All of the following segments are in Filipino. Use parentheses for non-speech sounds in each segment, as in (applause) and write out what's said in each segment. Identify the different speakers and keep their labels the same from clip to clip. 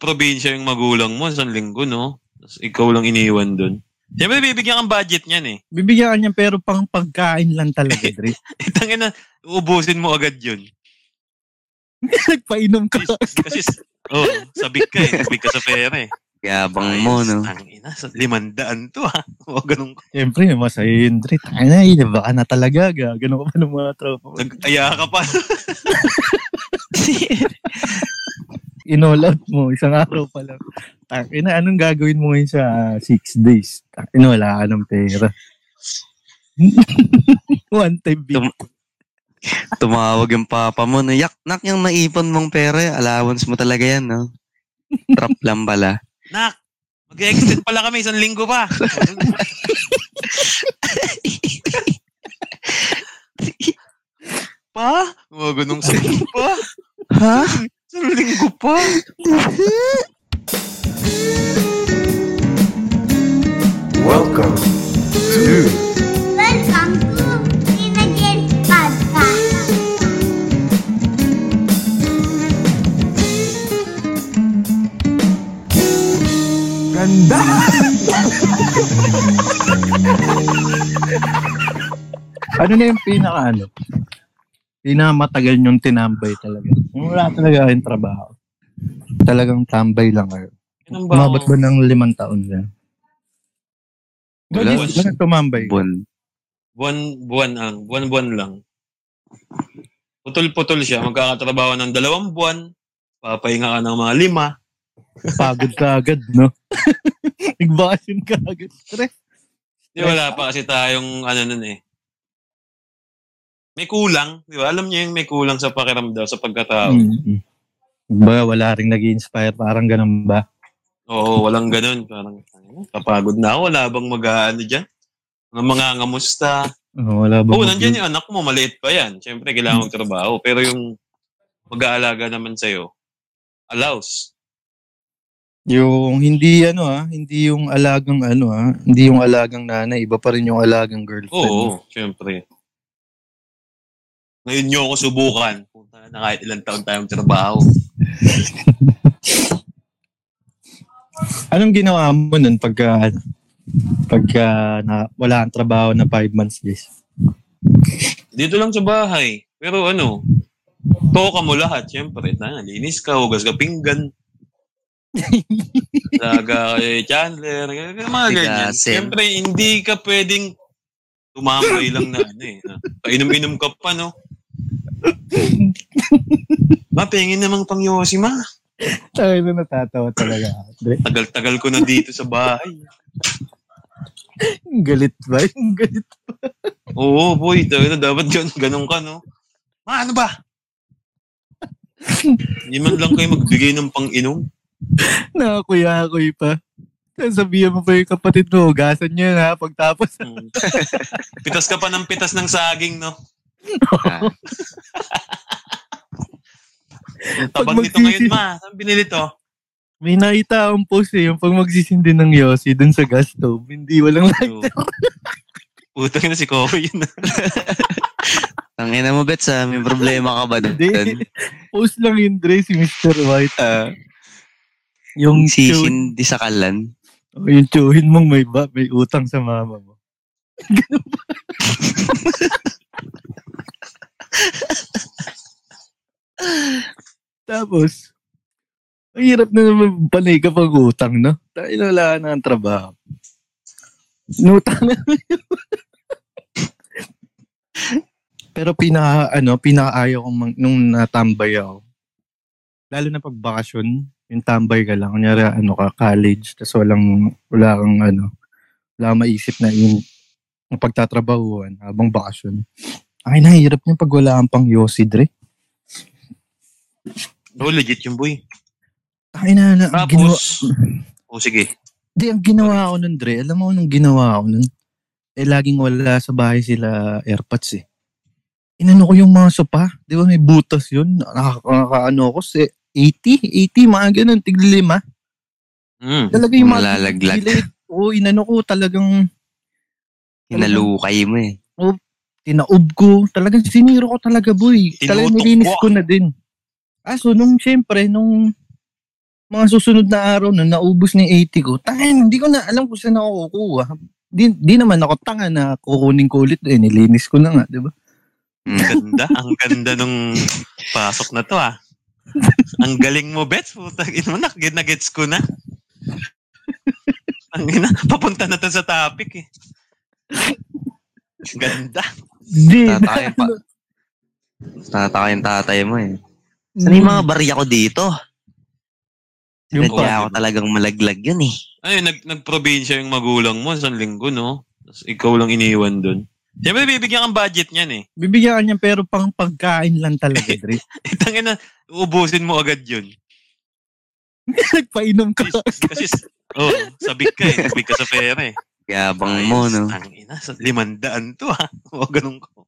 Speaker 1: nagprobinsya yung magulang mo isang linggo, no? Tapos ikaw lang iniwan dun. Siyempre, bibigyan kang budget niyan eh. (laughs)
Speaker 2: Bibigyan ka niya pero pang pagkain lang (laughs) talaga, Dre.
Speaker 1: Itangin na, uubusin mo agad yun.
Speaker 2: Nagpainom ka.
Speaker 1: Kasi, kasi oh, sabik ka eh. Sabik ka sa pera eh.
Speaker 3: Yabang mo, no?
Speaker 1: Tangina, sa limandaan to ha. O ganun ka.
Speaker 2: Siyempre, masaya yun, Dre. Tanay, na, eh. baka na talaga. Gagano ka pa ng mga tropa. mo.
Speaker 1: Nagtaya ka pa. (laughs)
Speaker 2: In-all out mo, isang araw pa lang. Tangina, anong gagawin mo ngayon sa ah, six days? Tangina, wala ka ng pera. (laughs) One time big.
Speaker 3: Tum- Tumawag yung papa mo, no? Yak, nak yung naipon mong pera, allowance mo talaga yan, no?
Speaker 2: (laughs)
Speaker 3: Trap lang pala.
Speaker 1: Nak, mag-extend pala kami isang linggo
Speaker 3: (laughs)
Speaker 1: pa. pa? O ganun sa pa?
Speaker 3: Ha?
Speaker 1: Isang linggo pa?
Speaker 4: Welcome to
Speaker 5: Welcome to Teenager Podcast.
Speaker 2: Ano na yung pinaka ano? Pinakamatagal yung tinambay talaga. Yung Wala talaga kayong trabaho. Talagang tambay lang kayo. Umabot ba ng limang taon na?
Speaker 3: Wala.
Speaker 2: Bakit bakit tumambay?
Speaker 3: Bon.
Speaker 1: Buwan, buwan ang, buwan-buwan lang. Putol-putol siya. Magkakatrabaho ng dalawang buwan. Papahinga ka ng mga lima.
Speaker 2: Pagod ka agad, no? Nagbasin ka agad. Stress.
Speaker 1: Di wala pa kasi tayong ano nun eh. May kulang, di ba? Alam niyo yung may kulang sa pakiramdam sa pagkatao.
Speaker 2: Mm. Ba, wala rin nag inspire Parang ganun ba?
Speaker 1: Oo, walang ganun. Parang, ano, kapagod na ako, wala bang mag-ano dyan? Mga mga ngamusta.
Speaker 2: Oh, wala ba?
Speaker 1: Oo, nandyan yung anak mo, maliit pa yan. Siyempre, kailangan magtrabaho. Pero yung mag-aalaga naman sa'yo, allows.
Speaker 2: Yung hindi ano ah, hindi yung alagang ano ah, hindi yung alagang nanay, iba pa rin yung alagang girlfriend.
Speaker 1: Oo, siyempre. Ngayon nyo ako subukan. Punta na kahit ilang taon tayong trabaho.
Speaker 2: Anong ginawa mo nun pagka ano, pagka na, wala ang trabaho na five months guys?
Speaker 1: Dito lang sa bahay. Pero ano, toka mo lahat, syempre. Na, linis ka, hugas ka pinggan. Laga kay Chandler, g- g- mga ganyan.
Speaker 3: Tigasin.
Speaker 1: Siyempre, hindi ka pwedeng tumambay lang na ano eh. na Painom-inom ka pa, no? Ma, pengin namang pang yosi, ma.
Speaker 2: Ay, na natatawa talaga. Dre.
Speaker 1: Tagal-tagal ko na dito sa bahay.
Speaker 2: Ang galit ba? Ang galit.
Speaker 1: Oo, boy. Tagal na dapat yun. Ganun ka, no? Ma, ano ba? Hindi man lang kayo magbigay ng pang-inom.
Speaker 2: Nakakuya-kuy pa. Tapos Sabihan mo pa yung kapatid mo, gasan niya na pagtapos. (laughs)
Speaker 1: Mm. pitas ka pa ng pitas ng saging, no?
Speaker 3: Ah,
Speaker 1: Ang Tabang
Speaker 2: Pag
Speaker 1: nito ngayon,
Speaker 2: magsisi-
Speaker 1: ma. Saan binili to?
Speaker 2: May nakita akong post eh, yung pag magsisindi ng Yossi dun sa gas stove, hindi walang (laughs) eh. lahat.
Speaker 1: Utang na si Kobe
Speaker 2: (laughs)
Speaker 1: yun.
Speaker 3: Tangina mo, Bets, ah. May problema ka ba doon?
Speaker 2: Hindi. Post lang yun, Dre, si Mr. White.
Speaker 3: Ah,
Speaker 2: Yung chewin,
Speaker 3: sisindi sa kalan.
Speaker 2: oh, yung chewin mong may, ba, may utang sa mama mo. (laughs) Ganun ba? Tapos, ang hirap na naman panay ka pang utang, no? Dahil wala na ang trabaho. Nutang na. (laughs) Pero pinaka, ano, pinakaayaw kong mang- nung natambay ako. Lalo na pag bakasyon, yung tambay ka lang. Kunyari, ano ka, college, tapos walang, wala kang, ano, wala kang maisip na yung, yung pagtatrabahuan habang bakasyon. Ay, nahirap niya pag wala kang pang yosidre.
Speaker 1: No, legit yung boy.
Speaker 2: Ay, na, na, ang ginawa,
Speaker 1: Tapos, o sige.
Speaker 2: Di, ang ginawa ko nun, Dre, alam mo nung ginawa ko nun, eh, laging wala sa bahay sila airpods eh. Inano ko yung mga sopa, di ba may butas yun, Nakaka- nakakaano ko, si 80, 80, mga ganun, tiglilima.
Speaker 1: Mm.
Speaker 2: Talaga yung mga
Speaker 3: Malalaglag.
Speaker 2: gilid. Oo, inano ko, talagang
Speaker 3: Hinalukay mo, eh.
Speaker 2: tinaob ko, talagang siniro ko talaga, boy. Talagang
Speaker 1: Tinutok
Speaker 2: nilinis
Speaker 1: mo.
Speaker 2: ko na din. Ah, so nung, syempre, nung mga susunod na araw na naubos ni 80 ko, tangin, hindi ko na alam kung saan ako kukuha. Di, di naman ako tanga na kukunin ko ulit. Eh, nilinis ko na nga, di ba?
Speaker 1: Ang ganda. ang ganda nung pasok na to ah. ang galing mo, Bets. Putang ina mo, nak- na gets ko na. Ang ina, papunta na to sa topic eh. Ang Ganda.
Speaker 2: Di.
Speaker 3: Tatay pa.
Speaker 2: Ano?
Speaker 3: Tatay yung tatay mo eh. Saan yung mga barya ko dito?
Speaker 2: Hmm. Yung
Speaker 3: Sinadya ako talagang malaglag yun eh.
Speaker 1: Ay, nag, nagprobinsya yung magulang mo sa linggo, no? Tapos ikaw lang iniwan dun. Siyempre, bibigyan kang budget niyan eh. (laughs)
Speaker 2: Bibigyan ka niya pero pang pagkain lang talaga, Dre.
Speaker 1: Itang ina, uubusin mo agad yun.
Speaker 2: Nagpainom ka.
Speaker 1: Kasi, oh, sabik ka eh. Sabik ka sa pera eh.
Speaker 3: Yabang mo, no?
Speaker 1: Ang ina, (laughs) sa limandaan to ha. (laughs) Huwag ganun ko.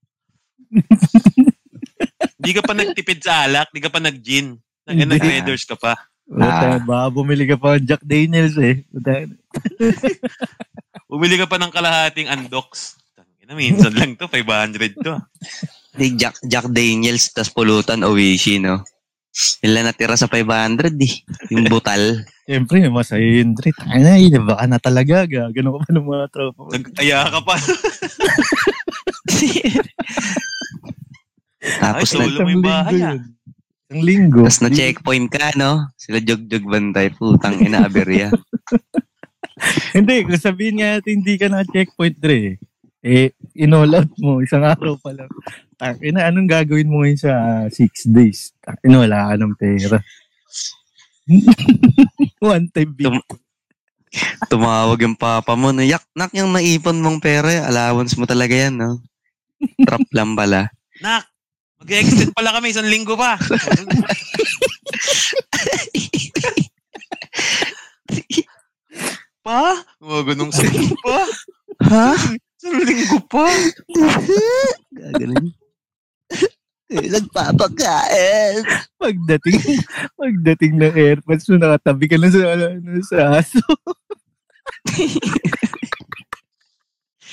Speaker 1: Di ka pa nagtipid sa alak, di ka pa nag-gin. Ang ina,
Speaker 2: Hindi.
Speaker 1: traders ka pa.
Speaker 2: Puta, ba, bumili ka pa ng Jack Daniels eh. Puta.
Speaker 1: Umili ka pa ng kalahating undox. Ang ina, minsan lang to, 500 to. ah.
Speaker 3: Di Jack, Jack Daniels, tas pulutan Oishi, no? Ilan natira sa 500, eh. Yung butal.
Speaker 2: Siyempre, masaya yun, Dre. Tangina, yun, baka na talaga. Ganun ka pa ng mga tropa. mo.
Speaker 1: Nagtaya ka pa. (laughs)
Speaker 3: Tapos
Speaker 1: Ay,
Speaker 3: na,
Speaker 1: tulog. Tulong mo yung bahay,
Speaker 2: linggo
Speaker 1: ah.
Speaker 2: yun. Isang linggo.
Speaker 3: tas na checkpoint ka, no? Sila jogjog bantay. Putang ina,
Speaker 2: (laughs)
Speaker 3: aberya.
Speaker 2: Hindi, kung sabihin nga natin hindi ka naka-checkpoint, Dre. Eh, in-all out mo, isang araw pa lang. Tang, ina, anong gagawin mo ngayon sa ah, six days? Tang, ina, wala ka ng pera. (laughs) One time big.
Speaker 3: Tum- Tumawag yung papa mo, no? Yak, nak yung naipon mong pera. Allowance mo talaga yan, no? Trap lang pala.
Speaker 1: Nak, mag-extend pala kami, isang linggo
Speaker 3: (laughs)
Speaker 1: pa. pa? Mga ganun sa pa.
Speaker 3: Ha?
Speaker 1: Isang linggo pa.
Speaker 2: (laughs)
Speaker 3: Gagaling. Nagpapakain.
Speaker 2: Pagdating, pagdating ng airpods mo, nakatabi ka lang sa, ano, sa aso.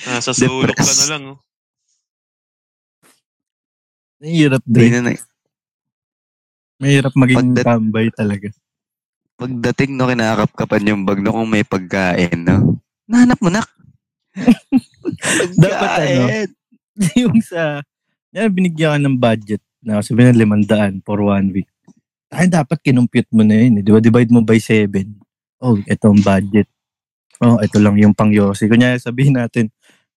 Speaker 1: Nasa sulok ka na
Speaker 3: Depressed.
Speaker 1: lang. Oh.
Speaker 2: Mahirap,
Speaker 3: Hindi
Speaker 2: Dre.
Speaker 3: na, na-
Speaker 2: Mahirap maging
Speaker 3: Pagdat-
Speaker 2: tambay talaga.
Speaker 3: Pagdating no, kinakapkapan yung bag no kung may pagkain, no? Nahanap mo,
Speaker 2: (laughs)
Speaker 3: nak.
Speaker 2: Dapat, ano?
Speaker 3: Pagkain.
Speaker 2: (laughs) yung sa, yan, binigyan ka ng budget na sabi ng limandaan for one week. Ay, dapat kinumpute mo na yun. eh. Di ba? Divide mo by seven. Oh, ito ang budget. Oh, ito lang yung pang Yossi. Kunyari, sabihin natin,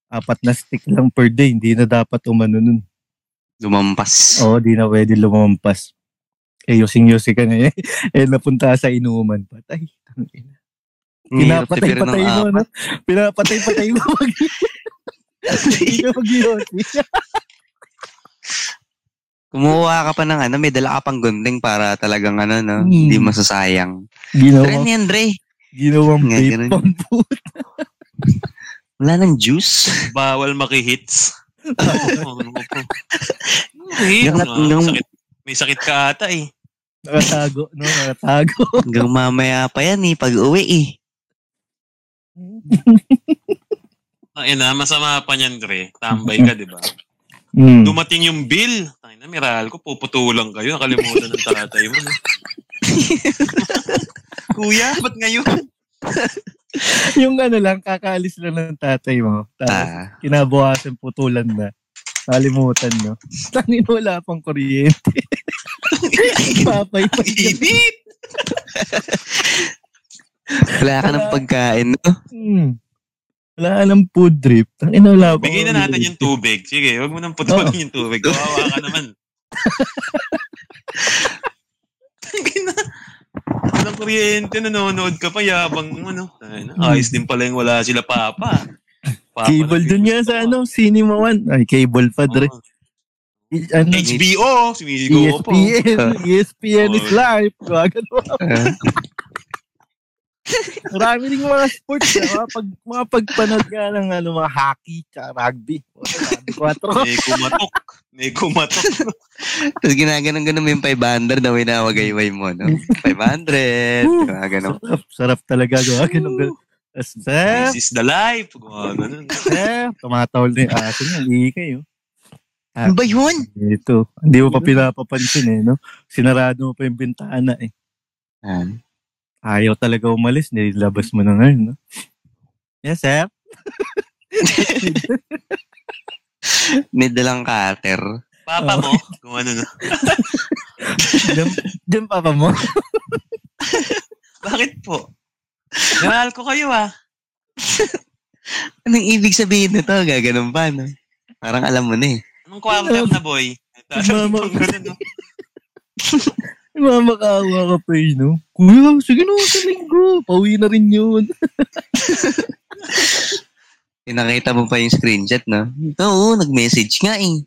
Speaker 2: apat na stick lang per day. Hindi na dapat umano nun.
Speaker 3: Lumampas.
Speaker 2: Oo, di na pwede lumampas. Eh, yosing-yosi ka na eh. (laughs) eh, napunta ka sa inuman. Patay. tangina.
Speaker 3: Hmm,
Speaker 2: Pinapatay-patay mo, no? Pinapatay-patay mo. (laughs) Mag- Hindi ka mag-yosi.
Speaker 3: Kumuha ka pa ng ano, may dala ka pang gunting para talagang ano, no?
Speaker 2: Hmm.
Speaker 3: Hindi masasayang. Dre,
Speaker 2: Ginawa,
Speaker 3: ano yan, Dre?
Speaker 2: ginawang
Speaker 3: Nga,
Speaker 2: vape
Speaker 3: ganun.
Speaker 2: pang
Speaker 3: Wala ng juice.
Speaker 1: Bawal makihits. Oo, ano ko po.
Speaker 3: Yung-
Speaker 1: Ano, ah,
Speaker 3: yung-
Speaker 1: sakit. May sakit ka ata eh.
Speaker 2: (laughs) Nakatago, no? Nakatago.
Speaker 3: Hanggang mamaya pa yan, eh. Pag uwi, eh.
Speaker 1: Ay na, masama pa niyan, Dre. Tambay ka, di ba?
Speaker 3: Hmm.
Speaker 2: Mm.
Speaker 1: Dumating yung bill. Ay na, miral ko, puputulang kayo. Nakalimutan ng tatay mo. no? Kuya, ba't ngayon?
Speaker 2: yung ano lang, kakaalis lang ng tatay mo. Tapos,
Speaker 3: Ah,
Speaker 2: kinabukasan putulan na. Nakalimutan, no? (laughs) Tangin wala pang kuryente.
Speaker 3: (laughs)
Speaker 2: Papay pa
Speaker 1: Init!
Speaker 3: wala ka ng pagkain, no?
Speaker 2: mm. Wala ka ng food drip. Tangin wala pang
Speaker 1: Bigyan na natin
Speaker 2: kuryente.
Speaker 1: yung tubig. Sige, huwag mo nang putulin
Speaker 2: Oh.
Speaker 1: yung tubig. Kawawa ka naman. Tangin na. Walang kuryente, nanonood ka pa, yabang mo, ano. Ay, na, Ayos din pala yung wala sila papa. papa
Speaker 2: Cable dun yan sa ano, Cinema One. Ay, cable pa, Dre.
Speaker 1: Oo. Oh.
Speaker 2: I- Ano, E
Speaker 1: HBO, sumisigaw ko po. Oh.
Speaker 2: ESPN. ESPN is
Speaker 1: Oo.
Speaker 2: live. Gagan mo.
Speaker 3: Ah,
Speaker 2: Marami ding mga sports. ah. Mga, pag, mga pagpanood nga ng ano, mga hockey tsaka rugby. Quatro.
Speaker 1: May kumatok. May kumatok.
Speaker 3: Tapos ginaganong-ganon mo yung 500 na winawagayway mo, no? 500. Ginaganong.
Speaker 2: sarap, sarap talaga. Gawa ganun. ganun. Tapos, sir,
Speaker 1: This is the life. Gumagano.
Speaker 2: sir, tumatawal eh, na yung aso niya. Lihi kayo.
Speaker 3: Ano ba yun?
Speaker 2: Ito. Hindi mo pa pinapapansin eh, no? Sinarado mo pa yung bintana eh.
Speaker 3: Ah,
Speaker 2: Ayaw talaga umalis, nilabas mo na ngayon. No? Yes, sir.
Speaker 3: May dalang cutter.
Speaker 1: Papa mo, kung ano na.
Speaker 2: Diyan, diyan papa mo.
Speaker 1: Bakit po? Nanahal ko kayo ah.
Speaker 3: Anong ibig sabihin nito? Gaganon ba, no? Parang alam mo na eh.
Speaker 1: Anong quarter na boy? Alam mo,
Speaker 2: Mama.
Speaker 1: ganun, no?
Speaker 2: Mamakaawa ka pa eh, no? Kuya, sige no, sa linggo. Pauwi na rin yun.
Speaker 3: Pinakita mo pa yung screenshot, no? Ito, oo, nag-message nga eh.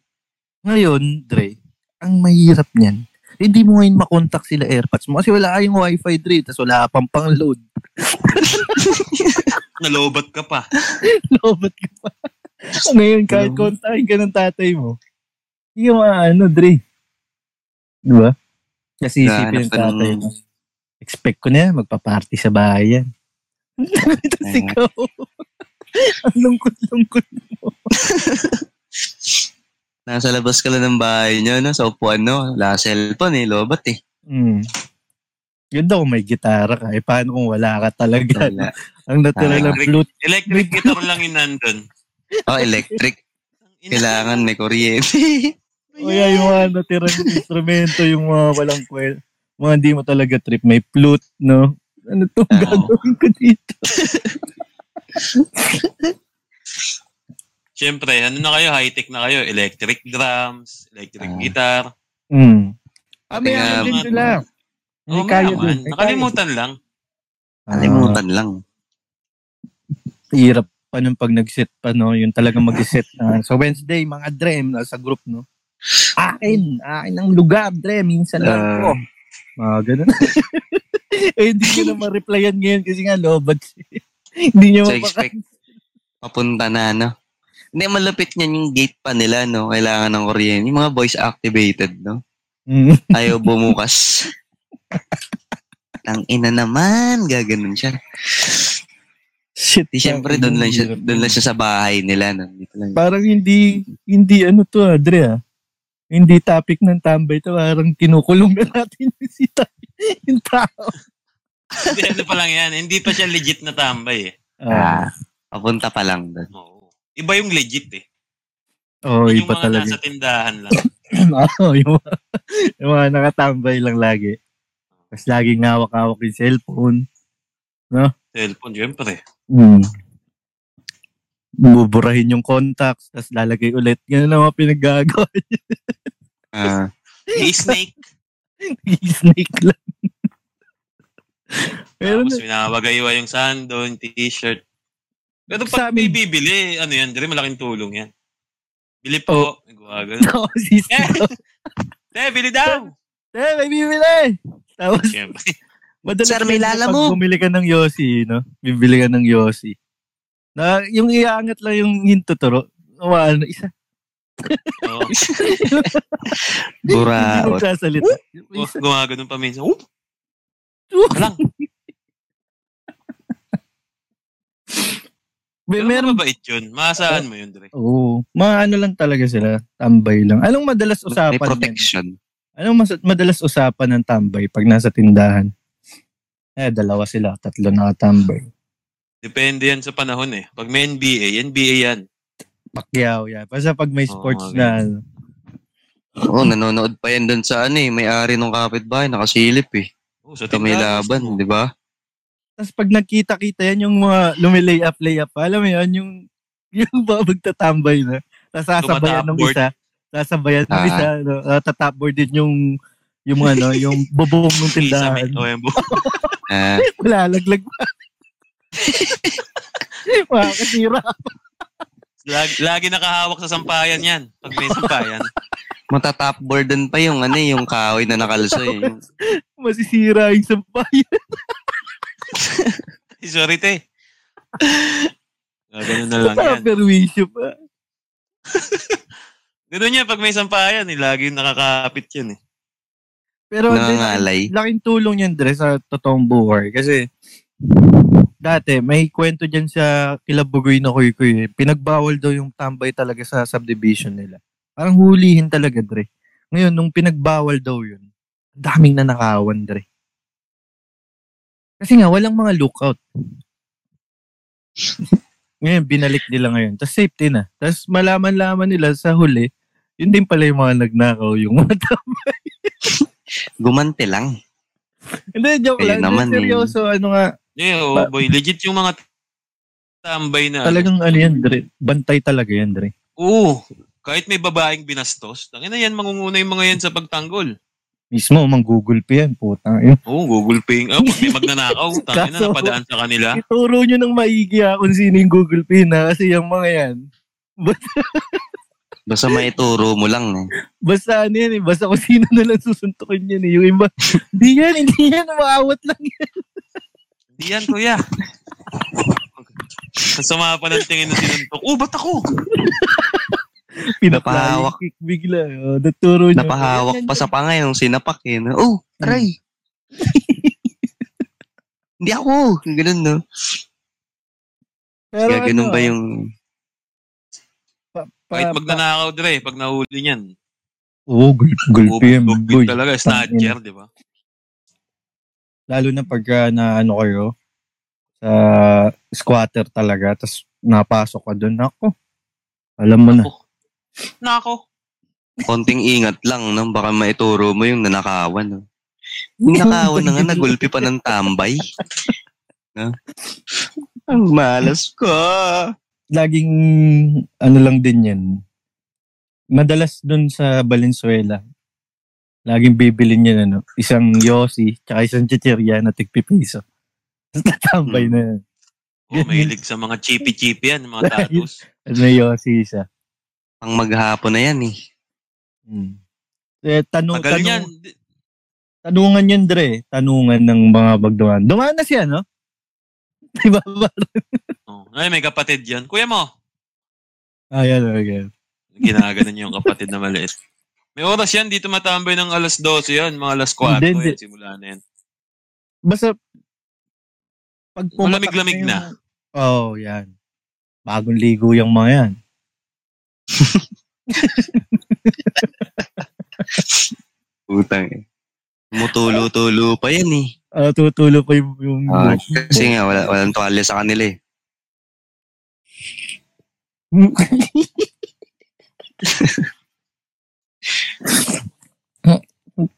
Speaker 2: Ngayon, Dre, ang mahirap niyan, hindi mo ngayon makontak sila airpods mo kasi wala kayong wifi, Dre, tapos wala pang pang-load. (laughs)
Speaker 1: Nalobat ka pa.
Speaker 2: Lobat ka pa. ngayon, kahit kontakin ka ng tatay mo, hindi ka maano, Dre. Di ba? Kasi isipin ng
Speaker 3: Nahanap ka ng-
Speaker 2: tatay mo. Expect ko na yan, magpa-party sa bahay yan. (laughs) Tapos
Speaker 3: Oo.
Speaker 2: ikaw, (laughs) ang lungkot-lungkot.
Speaker 3: Nasa labas ka lang ng bahay niyo, no? Sa upuan, no? Wala ka cellphone eh, lobat eh.
Speaker 2: Mm. Ganda kung may gitara ka. Eh, paano kung wala ka talaga?
Speaker 3: Wala.
Speaker 2: Ang natira
Speaker 3: Wala.
Speaker 2: lang flute.
Speaker 1: Electric guitar lang yun nandun.
Speaker 3: Oh, electric. Kailangan may kuryente.
Speaker 2: O yeah, yung mga natirang instrumento, yung mga walang kwel. Mga hindi mo talaga trip. May flute, no? Ano itong
Speaker 3: Oo.
Speaker 2: gagawin ko dito?
Speaker 1: Siyempre, ano na kayo? High-tech na kayo. Electric drums, electric
Speaker 3: Ah.
Speaker 1: guitar.
Speaker 2: Mm. Ah, may
Speaker 3: Kaya
Speaker 2: ano din
Speaker 1: nga-
Speaker 2: sila. May
Speaker 1: Oo,
Speaker 2: kaya
Speaker 1: mayaman.
Speaker 2: din. May
Speaker 1: Nakalimutan lang.
Speaker 3: Kalimutan lang.
Speaker 2: Ah, hirap pa nung pag nag-set pa, no? Yung talagang mag-set.
Speaker 3: (laughs)
Speaker 2: na. so, Wednesday, mga Dre, nasa group, no? Akin! Akin ang lugar, Dre. Minsan lang
Speaker 3: Ah.
Speaker 2: ko. Mga ganun. (laughs) eh, hindi ko na ma-replyan ngayon kasi nga, lobad siya. (laughs) hindi niya
Speaker 3: So,
Speaker 2: mapaka-
Speaker 3: expect papunta na, no? Hindi, malapit niyan yung gate pa nila, no? Kailangan ng kuryente. Yung mga voice activated, no?
Speaker 2: Mm.
Speaker 3: Ayaw bumukas. Tang ina naman, gaganon siya.
Speaker 2: Shit.
Speaker 3: Di eh, syempre, doon lang siya, doon lang siya sa bahay nila, no? Dito lang.
Speaker 2: Parang hindi, hindi ano to, Adre, ah. Hindi topic ng tambay to. Parang kinukulong na natin (laughs) yung si tay- yung tao.
Speaker 1: Hindi, ano pa lang yan. Hindi pa siya legit na tambay eh.
Speaker 2: Ah,
Speaker 3: Ah, papunta pa lang doon.
Speaker 1: Oo. Iba yung legit eh.
Speaker 2: oh,
Speaker 1: yung
Speaker 2: iba
Speaker 1: mga
Speaker 2: talaga.
Speaker 1: nasa tindahan lang.
Speaker 2: (laughs) Oo, yung, mga- yung mga nakatambay lang lagi. Tapos laging ngawak-awak yung cellphone.
Speaker 1: Cellphone, siyempre.
Speaker 2: Mm. Buburahin yung contacts, tapos lalagay ulit. Ganun ang mga pinaggagawa.
Speaker 3: Ah,
Speaker 1: Hey, snake.
Speaker 2: Snake lang. (laughs) Pero
Speaker 1: Tapos minawagaywa yung sando, yung t-shirt. Pero pag
Speaker 2: Sa amin-
Speaker 1: may bibili, ano yan, Dre, malaking tulong yan. Bili
Speaker 2: Oh.
Speaker 1: po. Gumagano.
Speaker 2: (laughs) ako si
Speaker 1: Eh, (laughs) Te, bili
Speaker 2: (laughs)
Speaker 1: daw!
Speaker 2: Eh, may bibili! Tapos,
Speaker 1: Siyempre.
Speaker 2: madalas
Speaker 3: Sir, may
Speaker 2: yun,
Speaker 3: lala
Speaker 2: pag
Speaker 3: mo.
Speaker 2: bumili ka ng Yossi, no? Bibili ka ng Yossi. Na, yung iaangat lang yung hinto toro. Wala na isa. (laughs)
Speaker 1: Oo.
Speaker 2: Hindi
Speaker 3: buraot.
Speaker 2: magsasalita.
Speaker 1: Oh,
Speaker 2: Isa.
Speaker 1: gumagano pa minsan. Oh,
Speaker 2: Lang.
Speaker 1: Ano
Speaker 2: May
Speaker 1: pero
Speaker 2: meron
Speaker 1: mabait yun. Maasahan mo yun, Dre.
Speaker 2: Oo. Mga ano lang talaga sila. Tambay lang. Anong madalas usapan
Speaker 3: May
Speaker 2: yan?
Speaker 3: protection.
Speaker 2: Anong mas, madalas usapan ng tambay pag nasa tindahan? Eh, dalawa sila. Tatlo na tambay.
Speaker 1: Depende yan sa panahon eh. Pag may NBA, NBA yan.
Speaker 2: Pacquiao yan. Basta pag may
Speaker 1: Oo,
Speaker 2: sports
Speaker 1: mga
Speaker 2: na, ano,
Speaker 3: Oo, nanonood pa yan doon sa ano eh. May-ari ng kapitbahay, nakasilip eh.
Speaker 1: Oh, sa
Speaker 3: Ito may
Speaker 1: tindahan.
Speaker 3: laban, di ba?
Speaker 2: Tapos pag nagkita-kita yan, yung mga lumilay up, lay up, alam mo yun, yung, yung ba magtatambay na. Tapos sasabayan ng
Speaker 1: Tumatapboard.
Speaker 2: isa, sasabayan ng
Speaker 3: Ah.
Speaker 2: isa, no, uh, tatapboard din yung, yung ano, yung bubong ng
Speaker 1: Isa may
Speaker 2: tindahan. (laughs)
Speaker 1: OMB.
Speaker 3: Ah,
Speaker 2: Wala, laglag pa. (laughs) Makakasira.
Speaker 1: Lagi, lagi nakahawak sa sampayan yan. Pag may sampayan.
Speaker 3: matatap burden pa yung ano eh, yung kahoy na nakalsoy.
Speaker 2: (laughs)
Speaker 3: Yung
Speaker 2: Masisira yung sampayan.
Speaker 1: Eh, Sorry, te. Ah, ganun na lang yan.
Speaker 2: Parang perwisyo pa.
Speaker 1: Ganun yan, pag may sampayan, eh, lagi nakakapit yan eh.
Speaker 2: Pero din,
Speaker 3: nangangalay.
Speaker 2: laking tulong yan, Dre, sa totoong buhay. Kasi, dati, may kwento dyan sa Kilabugoy na Kuy Kuy. eh. Pinagbawal daw yung tambay talaga sa subdivision nila. Parang hulihin talaga, Dre. Ngayon, nung pinagbawal daw yun, ang daming nanakawan, Dre. Kasi nga, walang mga lookout. (laughs) ngayon, binalik nila ngayon. Tapos safety na. Tapos malaman-laman nila sa huli, yun din pala yung mga nagnakaw yung mga tao. (laughs)
Speaker 3: Gumante lang.
Speaker 2: Hindi, joke
Speaker 3: Kaya
Speaker 2: lang.
Speaker 3: naman eh.
Speaker 2: seryoso, ano nga,
Speaker 1: Eh, oh, boy. Legit yung mga tambay
Speaker 3: Ah.
Speaker 1: na.
Speaker 2: talagang ano yan, Dre. Bantay talaga yan, Dre.
Speaker 1: Oo. Kahit may babaeng binastos, tangin na yan, mangunguna yung mga yan sa pagtanggol.
Speaker 2: Mismo, mang-google pa yan, puta. Yun.
Speaker 1: Oo, Google Pay. Oh, pag may magnanakaw, tangin na,
Speaker 2: Kaso-
Speaker 1: napadaan sa
Speaker 3: Ah.
Speaker 1: kanila.
Speaker 2: Ituro nyo ng maigi ha kung sino yung Google Pay na kasi yung mga yan.
Speaker 3: Basta may turo mo lang eh.
Speaker 2: Basta ano yan eh, basta kung sino na lang susuntukin yan eh. Yung iba, (laughs) hindi yan, hindi yan, umaawat lang yan.
Speaker 1: Hindi yan, kuya. Kasama pa ng tingin na sinuntok. Oh, ba't ako?
Speaker 3: Napahawak.
Speaker 2: Pinapahawak. Kick bigla. Oh, naturo nyo.
Speaker 3: Napahawak pa sa pangay nung sinapak eh. No? Oh,
Speaker 2: (laughs)
Speaker 3: aray. Hindi ako. Ganun, no?
Speaker 2: Pero
Speaker 3: Kaya ganun
Speaker 2: ano,
Speaker 3: ba yung...
Speaker 2: pa- pa-
Speaker 1: Kahit
Speaker 2: pa-
Speaker 1: magnanakaw, Dre, pag nahuli niyan.
Speaker 2: Oo, oh, Google Pay yan, boy.
Speaker 1: Bubog talaga, snatcher, di ba?
Speaker 2: Lalo na pagka na ano kayo, sa squatter talaga, tapos napasok ka doon. Ako, alam mo na.
Speaker 1: Nako.
Speaker 3: Konting ingat lang, no? Baka maituro mo yung nanakawan, no? Yung nanakawan na nga, nagulpi pa ng (laughs) tambay. no? Ang malas ko.
Speaker 2: laging ano lang din yan. Madalas dun sa Valenzuela, laging bibilin yan ano, isang yosi tsaka isang chichirya na tigpipiso. (laughs) Tapos tatambay
Speaker 1: Hmm.
Speaker 2: na yan. (laughs)
Speaker 1: Oh, mahilig sa mga chippy-chippy yan, mga tatos.
Speaker 2: At may yosi isa.
Speaker 3: Pang maghapon na yan, eh.
Speaker 2: Mm. Eh, tanong,
Speaker 1: Tagal
Speaker 2: tanong,
Speaker 1: yan.
Speaker 2: tanungan yun, Dre. Tanungan ng mga bagduan. Dumanas yan, no? (laughs) Diba ba?
Speaker 1: Oh, ay, may kapatid yan. Kuya mo,
Speaker 2: Ayan, ayan.
Speaker 1: ginaganan yung kapatid na maliit. May oras yan, dito matambay ng alas 12 yan, mga alas 4
Speaker 2: Hindi, hindi.
Speaker 1: yan, simula na yan.
Speaker 2: Basta, pag pumatak
Speaker 1: Malamig-lamig
Speaker 2: yung- Oo, oh, yan. Bagong ligo yung mga yan.
Speaker 3: Utang, eh. Tumutulo-tulo pa yan, eh.
Speaker 2: Ah, tutulo pa yung... yung
Speaker 3: Ah, kasi nga, wala, walang tuwalya sa kanila, eh.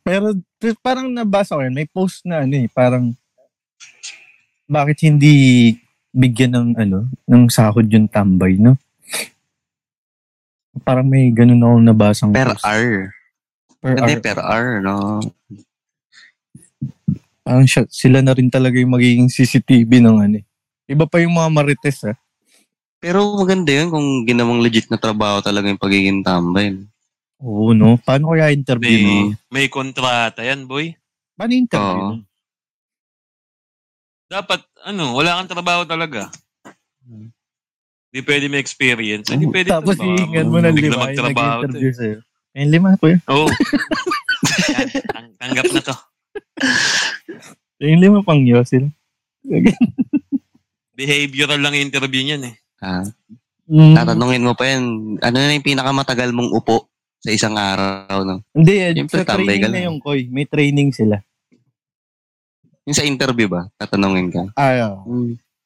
Speaker 2: Pero t- parang nabasa ko yun, may post na ano eh, parang bakit hindi bigyan ng ano, ng sahod yung tambay, no? Parang may ganun ako nabasang
Speaker 3: Per
Speaker 2: post.
Speaker 3: hour.
Speaker 2: Per
Speaker 3: Hindi,
Speaker 2: hour.
Speaker 3: per hour, no?
Speaker 2: Parang siya, sila na rin talaga yung magiging CCTV ng ano eh. Iba pa yung mga marites ah.
Speaker 3: Pero maganda yun kung ginawang legit na trabaho talaga yung pagiging tambay. no?
Speaker 2: Oo, no? Paano kaya interview?
Speaker 1: May,
Speaker 2: nun?
Speaker 1: may kontrata yan, boy.
Speaker 2: Paano interview?
Speaker 3: Oo.
Speaker 2: nun?
Speaker 1: Dapat, ano, wala kang trabaho talaga. Hindi pwede may experience. Hindi pwede
Speaker 2: Hmm. Tapos
Speaker 1: trabaho.
Speaker 2: iingat mo ng
Speaker 1: Bigla
Speaker 2: lima yung
Speaker 1: magtrabaho to,
Speaker 3: eh.
Speaker 2: nag-interview sa'yo. Ayun, lima po yun.
Speaker 1: eh.
Speaker 2: (laughs)
Speaker 1: Oo. Yan, tang- tanggap na to.
Speaker 2: Ayun, lima pang yun sila.
Speaker 1: Behavioral lang yung interview niyan eh.
Speaker 3: Ah,
Speaker 2: Mm.
Speaker 3: tatanungin mo pa yan, ano na yung pinakamatagal mong upo sa isang araw, no?
Speaker 2: Hindi, eh, sa
Speaker 3: Siyempre, tambay
Speaker 2: training na
Speaker 3: ka lang.
Speaker 2: yung koy. May training sila.
Speaker 3: Yung sa interview ba? Tatanungin ka?
Speaker 2: Ayaw.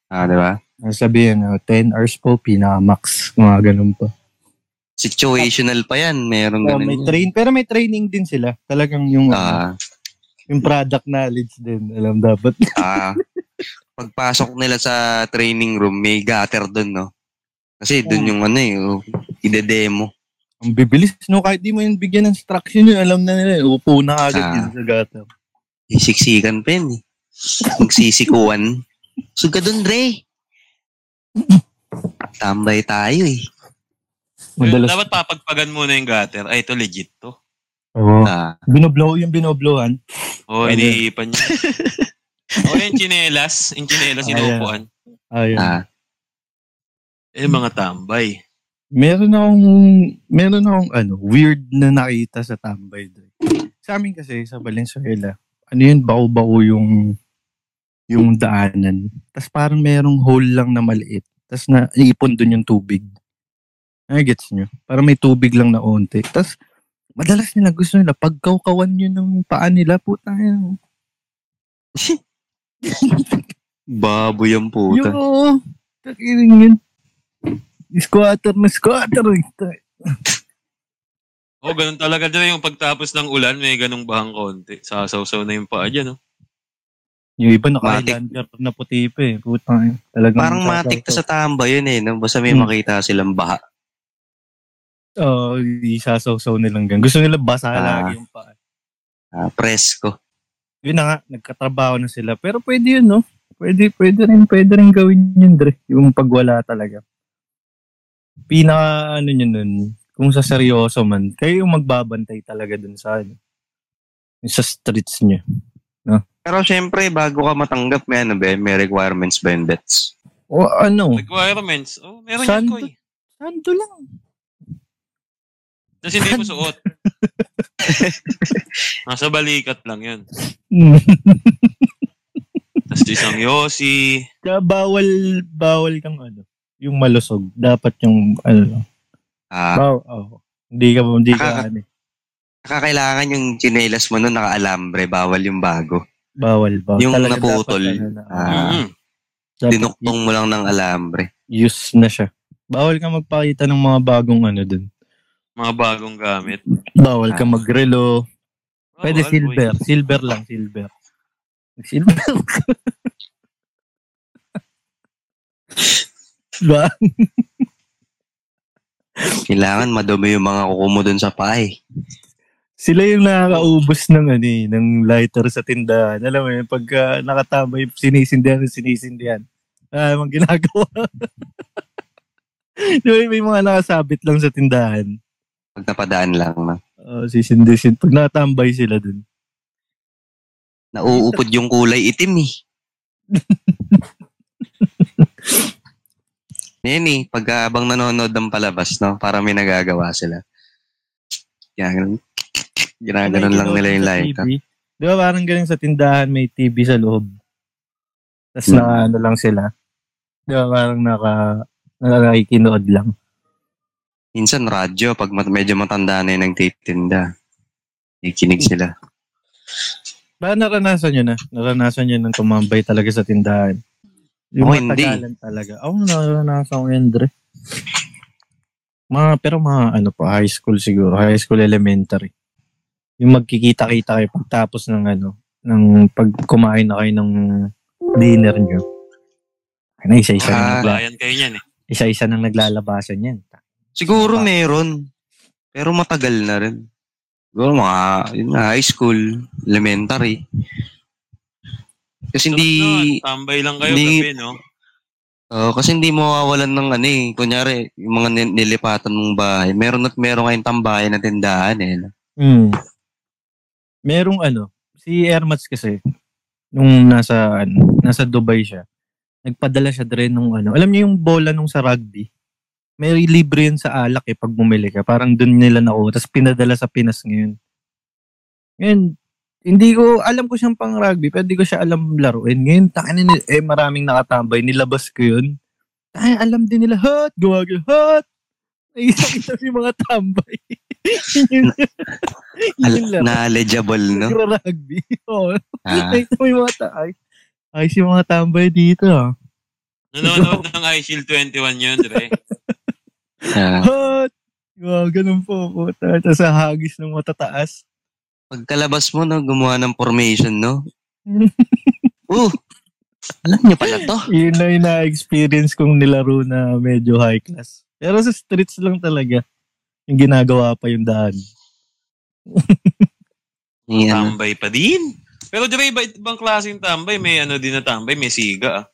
Speaker 3: Ah, di ba?
Speaker 2: Sabihin, oh, 10 hours po, pinamax. Mga ganun po.
Speaker 3: Situational pa yan, merong
Speaker 2: Oh,
Speaker 3: ganun.
Speaker 2: may
Speaker 3: yan.
Speaker 2: train, pero may training din sila. Talagang yung,
Speaker 3: Ah,
Speaker 2: yung product knowledge din. Alam dapat. (laughs)
Speaker 3: ah. Pagpasok nila sa training room, may gutter dun, no? Kasi
Speaker 2: Oh.
Speaker 3: dun yung ano eh, yung ide-demo.
Speaker 2: Ang bibilis, no? Kahit di mo yung bigyan ng instruction yun, alam na nila. eh. Upo na agad
Speaker 3: Ah.
Speaker 2: yun sa gata.
Speaker 3: May siksikan pa yan eh. Magsisikuan. Sug ka dun, Dre. Tambay tayo eh.
Speaker 2: Madalas.
Speaker 1: Dapat papagpagan muna yung gutter. Ay, ito legit to.
Speaker 2: Oo. oh.
Speaker 3: Ah,
Speaker 2: Binoblow yung binoblowan.
Speaker 1: Oo, oh,
Speaker 2: Ano yun?
Speaker 1: iniipan niya. Oo, oh, yung chinelas. Yung chinelas,
Speaker 2: Ah,
Speaker 1: inuupuan.
Speaker 2: Ayun.
Speaker 3: ah.
Speaker 1: Eh, mga tambay.
Speaker 2: Meron akong, meron akong ano, weird na nakita sa tambay doon. Sa amin kasi, sa Valenzuela, ano yun, bau-bau yung, yung daanan. Tapos parang merong hole lang na maliit. Tapos na, iipon doon yung tubig. Ay, gets nyo? Parang may tubig lang na onte. Tapos, madalas nila gusto nila, pagkawkawan yun ng paa nila, puta yun.
Speaker 3: Baboy
Speaker 2: Yung
Speaker 3: ang puta.
Speaker 2: oo. Takirin yun. Squatter na squatter. eh. Ta-
Speaker 1: Oh, ganun talaga dyan yung pagtapos ng ulan, may ganung bahang konti. Sasawsaw na yung paa dyan, oh.
Speaker 2: Yung iba naka
Speaker 3: Matik.
Speaker 2: Highlander na puti pa eh. Puta eh. Talagang
Speaker 3: Parang matik na sa tamba yun eh. No? Basta may
Speaker 2: Hmm.
Speaker 3: makita silang baha.
Speaker 2: Oo, isasaw-saw nilang ganun. Gusto nila basa
Speaker 3: Ah.
Speaker 2: lagi yung paa.
Speaker 3: Ah, presko.
Speaker 2: Yun na nga, nagkatrabaho na sila. Pero pwede yun, no? Pwede, pwede rin, pwede rin gawin yun, Dre. Yung pagwala talaga. Pinaka, ano yun nun, kung sa seryoso man, kayo yung magbabantay talaga dun sa, ano, sa streets niya.
Speaker 3: Pero syempre, bago ka matanggap, may ano ba, yun? may requirements ba yung bets?
Speaker 2: O ano,
Speaker 1: Requirements. Oh, meron
Speaker 2: Saan
Speaker 1: yan, Koy.
Speaker 2: santo lang. (laughs)
Speaker 1: Tapos hindi mo suot. Nasa balikat lang yun. Tapos isang yosi.
Speaker 2: Kaya bawal, bawal kang ano, yung malusog. Dapat yung, ano lang.
Speaker 3: Ah,
Speaker 2: Bawal, oh. Hindi ka, hindi
Speaker 3: (laughs)
Speaker 2: ka,
Speaker 3: Nakaka-
Speaker 2: ano, eh.
Speaker 3: kakailangan yung chinelas mo nun naka-alambre, bawal yung bago.
Speaker 2: bawal, bawal.
Speaker 3: Yung
Speaker 2: Talaga dapat,
Speaker 3: naputol.
Speaker 2: ano na,
Speaker 3: Ah.
Speaker 1: Mm.
Speaker 2: dapat
Speaker 3: Dinuktong mo lang ng alambre.
Speaker 2: use na siya. Bawal ka magpakita ng mga bagong ano dun.
Speaker 1: Mga bagong gamit.
Speaker 2: Bawal
Speaker 3: ka
Speaker 2: ka magrelo.
Speaker 1: Bawal,
Speaker 2: Pwede
Speaker 1: boy.
Speaker 2: silver. Silver lang, silver. Silver. (laughs) ba?
Speaker 3: Kailangan madumi yung mga kuko mo dun sa pae.
Speaker 2: Sila yung nakakaubos ng ano eh, ng lighter sa tindahan. Alam mo yun, pagka nakatabay, sinisindihan, sinisindihan. Ah, mga ginagawa. (laughs) Di ba, may mga nakasabit lang sa tindahan.
Speaker 3: Pag napadaan lang na.
Speaker 2: Uh, sisindisin. Pag nakatambay sila dun.
Speaker 3: Nauupod yung kulay itim eh. (laughs) Yan eh, pag abang nanonood ng palabas, no? Para may nagagawa sila. Yan, ganun. Ginaganon Ah, lang nila yung lighter.
Speaker 2: TV. Di ba parang ganun sa tindahan, may TV sa loob. Tapos
Speaker 3: Hmm.
Speaker 2: naka ano lang sila. Di ba parang naka, nakakikinood lang.
Speaker 3: Minsan radyo, pag mat- medyo matanda na yung nagtitinda. Ikinig sila.
Speaker 2: Ba naranasan nyo na? Naranasan nyo ng tumambay talaga sa tindahan? Yung
Speaker 3: Ako
Speaker 2: mga
Speaker 3: hindi.
Speaker 2: tagalan talaga. Oo, naranasan ko yun, Dre. Mga, pero mga ano pa, high school siguro. High school elementary. Yung magkikita-kita kayo pagtapos ng ano, ng pag kumain na kayo ng dinner nyo. Ano, isa-isa na
Speaker 3: Ah.
Speaker 2: nagla-
Speaker 1: Bayan kayo niyan eh.
Speaker 2: isa-isa nang naglalabasan yan. Ah.
Speaker 3: Siguro meron. Pero matagal na rin. Siguro mga, yun nga, high school, elementary. Kasi hindi,
Speaker 1: Sunod-sunod, Tambay lang kayo
Speaker 3: hindi-
Speaker 1: gabi, no?
Speaker 3: Oo, kasi hindi mawawalan ng ano eh. Kunyari, yung mga nil- nilipatan ng bahay. Meron at meron kayong tambayan na tindahan eh. no?
Speaker 2: Mm. Merong ano, si Ermats kasi, nung nasa, ano, nasa Dubai siya, nagpadala siya dre nung ano, alam niyo yung bola nung sa rugby, may libre yun sa alak eh pag bumili ka. Parang dun nila nakuha. Tapos pinadala sa Pinas ngayon. Ngayon, hindi ko, alam ko siyang pang rugby, pero hindi ko siya alam laruin. Ngayon, takin na, eh, maraming nakatambay, nilabas ko yun. Ay, alam din nila, hot, gawa ko, hot. Ay, nakita ko yung mga tambay. (laughs) yun, yun, yun
Speaker 3: Al-
Speaker 2: lang.
Speaker 3: knowledgeable,
Speaker 2: (laughs)
Speaker 3: no?
Speaker 2: Nagra-rugby. Oo.
Speaker 3: Ah,
Speaker 2: Nakita mo yung Oh. mga taay. Ay, si mga tambay dito, ah.
Speaker 1: Nanonood ng iShield 21 yun, Dre.
Speaker 3: ah.
Speaker 2: Hot! Wow, ganun po po. Tapos sa hagis ng matataas.
Speaker 3: Pagkalabas mo, no, gumawa ng formation, no?
Speaker 2: (laughs)
Speaker 3: Oh! Alam niyo pala to.
Speaker 2: Yun na yung na-experience kong nilaro na medyo high class. Pero sa streets lang talaga. Yung ginagawa pa yung daan.
Speaker 3: Yan.
Speaker 1: Tambay pa din. Pero Dre, iba, ibang klaseng tambay. May ano din na tambay. May siga, ah.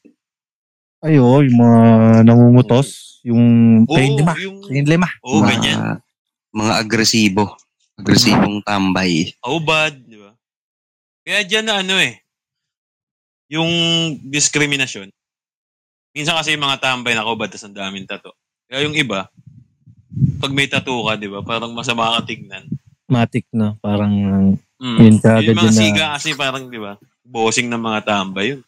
Speaker 2: Ay, oo, yung mga nangungutos. Yung
Speaker 3: Oh.
Speaker 1: Oo,
Speaker 2: kain lima.
Speaker 1: yung...
Speaker 2: Kain lima.
Speaker 1: Oo,
Speaker 3: mga,
Speaker 1: ganyan.
Speaker 3: Mga agresibo. Agresibong tambay.
Speaker 1: How bad, di ba? Kaya dyan na ano eh, yung discrimination. Minsan kasi yung mga tambay na kubad, tas ang daming tato. Kaya yung iba, pag may tato ka, di ba, parang masama ka tignan.
Speaker 2: Matik na. Parang
Speaker 1: Mm.
Speaker 2: Yun, kaya
Speaker 1: Yung mga
Speaker 2: ganyan na-
Speaker 1: siga kasi parang, di ba, bossing ng mga tambay yun.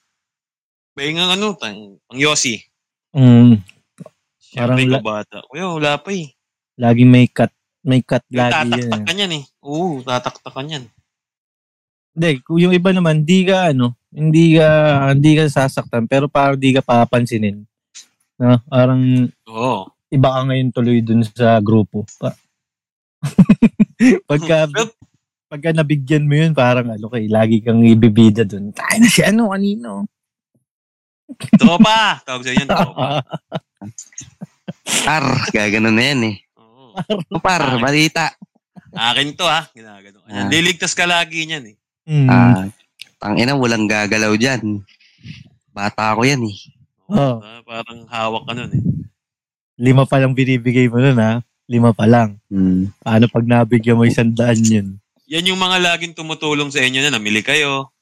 Speaker 1: May nga ano, tang, ang Yossi.
Speaker 2: mm, Parang
Speaker 1: Siyempre,
Speaker 2: la-
Speaker 1: ikaw bata. Kuya, wala pa eh.
Speaker 2: laging may cut. May cut lagi. yun.
Speaker 1: Tataktakan yan eh. Oo, tataktakan yan.
Speaker 2: Hindi, kung yung iba naman, di ka ano, hindi ka, hindi ka sasaktan, pero parang di ka papansinin. No? Parang
Speaker 1: Oo.
Speaker 2: iba ka ngayon tuloy dun sa grupo. Pa- (laughs) pagka,
Speaker 1: Pero,
Speaker 2: pagka nabigyan mo yun, parang ano kay, lagi kang ibibida dun. Tayo na si ano, kanino.
Speaker 1: tropa! Tawag sa inyo,
Speaker 2: (laughs)
Speaker 1: tropa.
Speaker 3: Par, gaganon na yan eh.
Speaker 1: Oo.
Speaker 3: O, Par, balita.
Speaker 1: Akin to ha. Ginagano ka niyan.
Speaker 3: Ah.
Speaker 1: Liligtas ka lagi niyan eh.
Speaker 2: Mm.
Speaker 3: Ah, tangina, walang gagalaw dyan. Bata ko yan eh.
Speaker 2: Oo.
Speaker 1: Ah, parang hawak ka nun eh.
Speaker 2: Lima pa lang binibigay mo nun ha. Lima pa lang.
Speaker 3: Hmm.
Speaker 2: Paano pag nabigyan mo isang daan yun?
Speaker 1: Yan yung mga laging tumutulong sa inyo na namili kayo.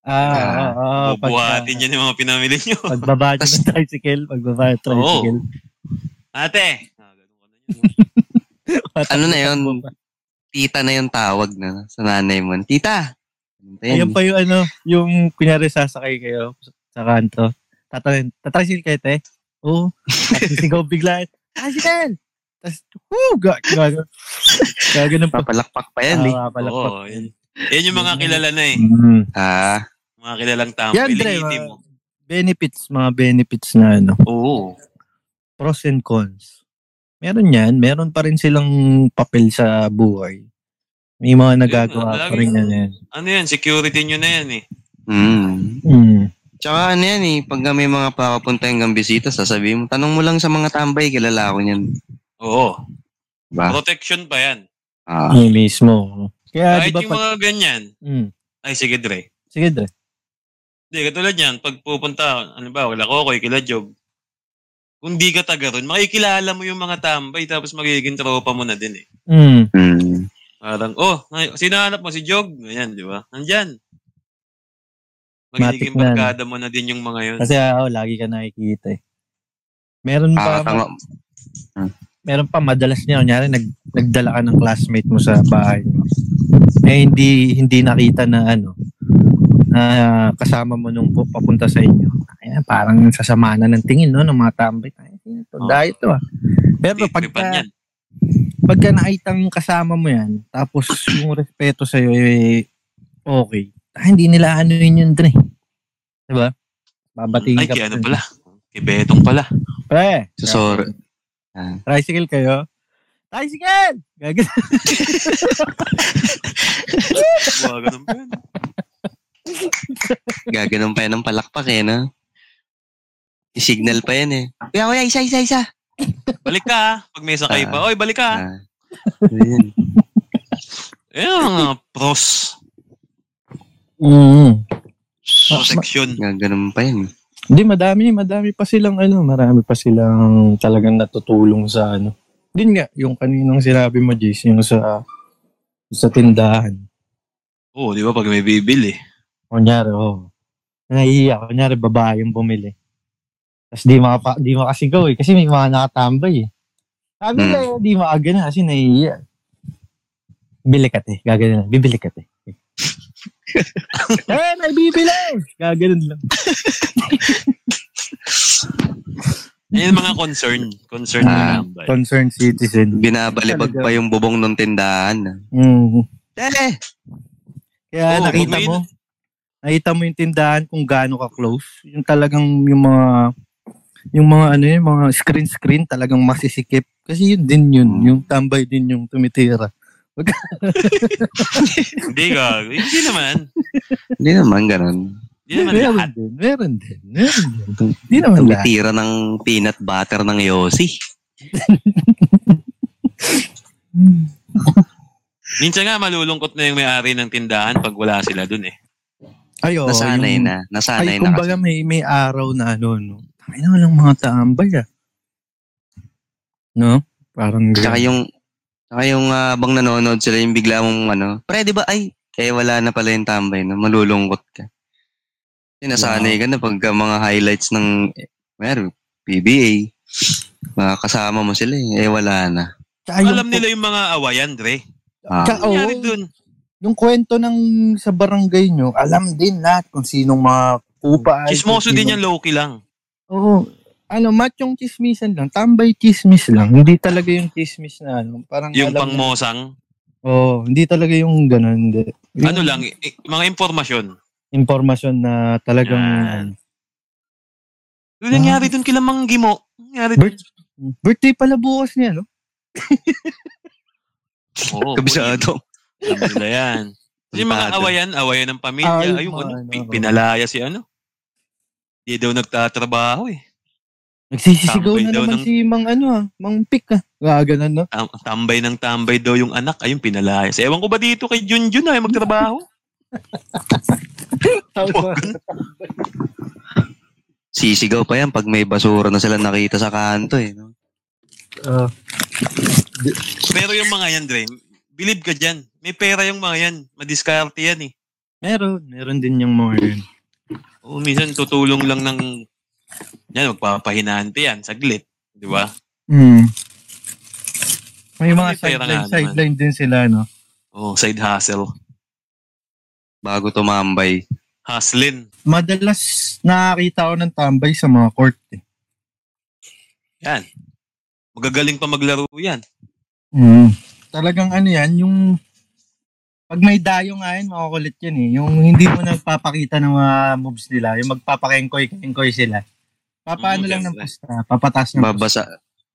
Speaker 2: Ah, ah, ah,
Speaker 1: Bubuhatin yan yung mga pinamili nyo.
Speaker 2: Pagbaba
Speaker 3: (laughs)
Speaker 2: ng
Speaker 3: Tas-
Speaker 2: tricycle, pagbaba ng tricycle.
Speaker 1: (laughs) Ate! Ah, ganun ka na yun.
Speaker 3: Ano na yun? Tita na yung tawag na sa nanay mo. Tita! Ano ba yan?
Speaker 2: Ayun pa yung ano, yung kunyari sasakay kayo sa kanto. Tatanong, tatricycle kayo, te? Oo. Tapos sigaw bigla, tricycle! Tapos, woo! Ga- Gagano. Gagano pa.
Speaker 3: Papalakpak pa yan eh.
Speaker 2: Ah, palakpak.
Speaker 1: Oo, yan. Yan yung mga kilala na eh.
Speaker 2: Mm.
Speaker 3: Ah,
Speaker 1: Mga kilalang tama.
Speaker 2: Yan, Dre,
Speaker 1: Ilingiti
Speaker 2: mga-
Speaker 1: mo.
Speaker 2: Benefits, mga benefits na ano.
Speaker 1: Oo.
Speaker 2: Pros and cons. Meron yan. Meron pa rin silang papel sa buhay. May mga nagagawa pa rin yan. eh. yan.
Speaker 1: Ano yan? Security nyo na yan eh.
Speaker 3: hmm.
Speaker 2: Mm.
Speaker 3: Tsaka ano yan eh, pag may mga papapunta yung bisita, sasabihin mo, tanong mo lang sa mga tambay, kilala ko niyan.
Speaker 1: Oo.
Speaker 3: Diba?
Speaker 1: Protection pa yan.
Speaker 3: Ah,
Speaker 2: Yung mismo. Kaya Ah, di
Speaker 1: Kahit
Speaker 2: ba
Speaker 1: yung
Speaker 2: pag...
Speaker 1: mga ganyan.
Speaker 2: Mm.
Speaker 1: Ay, sige, Dre.
Speaker 2: Sige, Dre.
Speaker 1: Hindi, katulad yan, pag pupunta, ano ba, wala ko, kila job. Kung di ka taga ron, makikilala mo yung mga tambay, tapos magiging tropa mo na din eh.
Speaker 2: Mm.
Speaker 3: hmm.
Speaker 1: Parang, oh, ngay- sinahanap mo si Jog, ganyan, di ba? Nandyan. Magiging
Speaker 2: Matik na, no?
Speaker 1: barkada mo na din yung mga yun.
Speaker 2: Kasi ako, lagi ka nakikita eh. Meron
Speaker 1: Ah,
Speaker 2: pa,
Speaker 3: Ah, Nakakatawa.
Speaker 2: meron pa madalas niya, kunyari, nag, nagdala ka ng classmate mo sa bahay mo. Eh, hindi, hindi nakita na ano, na kasama mo nung pu- papunta sa inyo. Ay, parang sasama na ng tingin, no, ng mga tambay. Ay, sino to,
Speaker 1: Oo.
Speaker 2: dahil to ah. Pero
Speaker 1: Hindi, tripan
Speaker 2: pagka,
Speaker 1: yan.
Speaker 2: pagka nakitang kasama mo yan, tapos yung respeto sa'yo, eh, okay. Ah, hindi nila ano yun yun, Dre. Diba? Babatingin
Speaker 1: Ay,
Speaker 2: ka.
Speaker 1: kay
Speaker 2: pa
Speaker 1: ano
Speaker 2: dun.
Speaker 1: pala? Kay Betong pala.
Speaker 2: Pre.
Speaker 3: So, sorry. Ah.
Speaker 2: Tricycle kayo? Tricycle! Gagano.
Speaker 1: Mga ganun pa yun.
Speaker 3: Gaganon pa yan ng palakpak eh, no? I-signal pa yan eh. Kuya, kuya, isa, isa, isa.
Speaker 1: Balik ka, ah. pag may sakay pa. Oy, balik ka.
Speaker 3: Ah. Ayan.
Speaker 1: Eh, mga pros.
Speaker 2: Mm.
Speaker 1: Protection.
Speaker 3: Gaganon pa yan.
Speaker 2: Hindi, madami, madami pa silang, ano, marami pa silang talagang natutulong sa, ano. Yun nga, yung kaninang sinabi mo, Jace, yung sa, sa tindahan.
Speaker 1: Oo, di ba, pag may bibili.
Speaker 2: Kunyari, oh. Nahihiya, kunyari, babae yung bumili. Tapos di, makapa, di makasigaw eh, kasi may mga nakatambay eh. Sabi
Speaker 3: Hmm.
Speaker 2: nila, eh, di maaga na kasi nahihiya. Bili ka te, gaganon lang. Bibili (laughs) ka te. eh, nagbibili! Gaganon lang.
Speaker 1: Yan yung mga concern. Concern na
Speaker 3: Ah,
Speaker 1: tambay.
Speaker 2: Concerned citizen.
Speaker 3: Binabalibag pa yung bubong ng tindahan. Eh,
Speaker 2: Mm.
Speaker 3: Tele!
Speaker 2: Kaya
Speaker 1: Oo,
Speaker 2: nakita
Speaker 1: may-
Speaker 2: mo, nakita mo yung tindahan kung gaano ka close. Yung talagang yung mga yung mga ano yun, mga screen screen talagang masisikip kasi yun din yun,
Speaker 1: Mm.
Speaker 3: Hmm.
Speaker 2: yung tambay din yung tumitira.
Speaker 1: Hindi ka. Hindi naman.
Speaker 3: Hindi naman ganon.
Speaker 1: Hindi naman lahat.
Speaker 2: meron din, meron din, meron din. Hindi naman lahat.
Speaker 3: Tumitira ng peanut butter ng Yossi.
Speaker 1: Minsan nga malulungkot na yung may-ari ng tindahan pag wala sila dun eh.
Speaker 2: Ay, oo,
Speaker 3: Nasanay
Speaker 2: yung-
Speaker 3: na. Nasanay
Speaker 2: Ay,
Speaker 3: na
Speaker 2: kumbaga
Speaker 3: kasi.
Speaker 2: may, may araw na ano, no. Ay, na walang mga tambay ah. No? Parang
Speaker 3: Tsaka yung, tsaka yung ah, bang nanonood sila yung bigla mong ano, pre, di ba, ay, eh, wala na pala yung tambay, no? malulungkot ka. Kasi nasanay ka na pagka mga highlights ng, eh, meron, PBA, mga kasama mo sila, eh, eh wala na.
Speaker 2: Tsaka yung-
Speaker 1: Alam nila yung mga awayan, Dre.
Speaker 3: Ah,
Speaker 2: Tsaka, oo,
Speaker 1: Nangyari dun.
Speaker 2: yung kwento ng sa barangay nyo, alam din lahat kung sinong mga kupa.
Speaker 1: Chismoso din yan, low-key lang.
Speaker 2: Oo. Ano, matyong chismisan lang. Tambay chismis lang. Hindi talaga yung chismis na ano. Parang
Speaker 1: Yung
Speaker 2: alam
Speaker 1: pangmosang.
Speaker 2: Oo, hindi talaga yung ganun. Hindi. Yung
Speaker 1: Ano lang, i- i- mga impormasyon.
Speaker 2: Impormasyon na talagang...
Speaker 1: Yan. Yung
Speaker 2: Ah.
Speaker 1: nangyari dun kila Mang Gimo. Nangyari dun.
Speaker 2: Birth- birthday pala bukas niya, no?
Speaker 1: Oo,
Speaker 3: Kabisado.
Speaker 1: Alam nila
Speaker 2: (laughs)
Speaker 1: yan. Yung mga
Speaker 3: Tantado.
Speaker 1: awayan, awayan ng pamilya.
Speaker 2: Ah, yung
Speaker 1: Ayun,
Speaker 2: mga
Speaker 1: ano,
Speaker 2: ano,
Speaker 1: pi-
Speaker 2: ano.
Speaker 1: pinalaya si ano. Hindi daw nagtatrabaho eh.
Speaker 2: Nagsisisigaw
Speaker 1: Tambay
Speaker 2: na
Speaker 1: daw
Speaker 2: naman
Speaker 1: ng-
Speaker 2: si Mang ano ah, Mang Pik ah. Gaganan
Speaker 1: (laughs)
Speaker 2: no?
Speaker 1: Tam- tambay ng tambay daw yung anak. Ayun, pinalaya. Ewan ko ba dito kay Junjun ay magtrabaho?
Speaker 3: Sisigaw pa yan pag may basura na sila nakita sa kanto eh. No?
Speaker 2: Ah,
Speaker 1: Pero yung mga yan, Dre, believe ka dyan. May pera yung mga yan. Madiskarte yan eh.
Speaker 2: meron, meron din yung mga yun.
Speaker 1: Oo, minsan tutulong lang ng... Yan, magpapahinante yan. Saglit. Di ba?
Speaker 2: Mm. May
Speaker 1: Ano
Speaker 2: mga
Speaker 1: Hmm. may pera nga
Speaker 2: sideline,
Speaker 1: naman?
Speaker 2: sideline din sila, no?
Speaker 1: Oh, side hustle.
Speaker 3: Bago tumambay.
Speaker 1: Hustlin.
Speaker 2: Madalas nakakita ko ng tambay sa mga court. Eh.
Speaker 1: Yan. Magagaling pa maglaro yan.
Speaker 2: Mm. Talagang ano yan, yung... Pag may dayo nga yan, makukulit yan eh. Yung hindi mo nagpapakita ng mga moves nila. Yung magpapakengkoy-kengkoy sila.
Speaker 1: Mm,
Speaker 2: Papaano lang ng
Speaker 1: ganda.
Speaker 2: pusta. Papatas ng pusta.
Speaker 3: Babasa.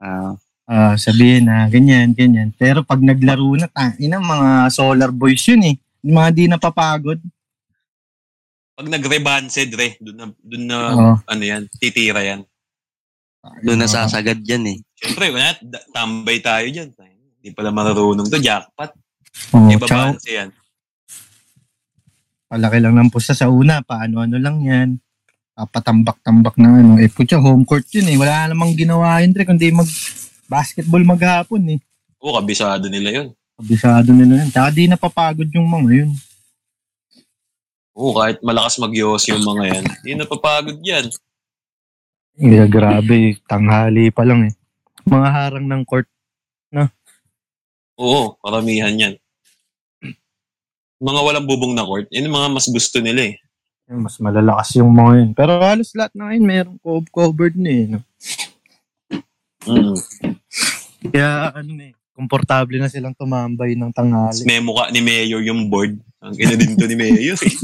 Speaker 3: Ah,
Speaker 2: Ah, sabihin na, ganyan, ganyan. Pero pag naglaro na, tangin ang mga solar boys yun eh. Yung mga di napapagod.
Speaker 1: Pag nag-rebanse, Dre, dun na, dun na
Speaker 2: Oo.
Speaker 1: ano yan, titira yan.
Speaker 3: doon nasasagad yan eh.
Speaker 1: Siyempre, wala, da- tambay tayo dyan. Hindi pala marunong to, jackpot.
Speaker 2: Oo,
Speaker 1: Iba
Speaker 2: tsaka
Speaker 1: Ibabanse yan.
Speaker 2: palaki lang ng pusta sa una, paano-ano lang yan. Papatambak-tambak na ano. Eh, putya, home court yun eh. Wala namang ginawa yun, Dre, kundi mag basketball maghapon eh.
Speaker 1: Oo, kabisado nila yun.
Speaker 2: Kabisado nila yun. Tsaka di napapagod yung mga yun.
Speaker 1: Oo, kahit malakas magyos yung mga yan. Hindi napapagod yan.
Speaker 2: Yeah, Eh, grabe. Tanghali pa lang eh. Mga harang ng court.
Speaker 1: Oo, karamihan yan. Mga walang bubong na court, yun yung mga mas gusto nila eh.
Speaker 2: Yun, Mas malalakas yung mga yun. Pero halos lahat na yun, merong co- covered na eh. No?
Speaker 1: Mm.
Speaker 2: Kaya ano na eh, komportable na silang tumambay ng
Speaker 1: Tapos
Speaker 2: tanghali.
Speaker 1: may mukha ni Mayor yung board. Ang ina din to ni Mayor. eh.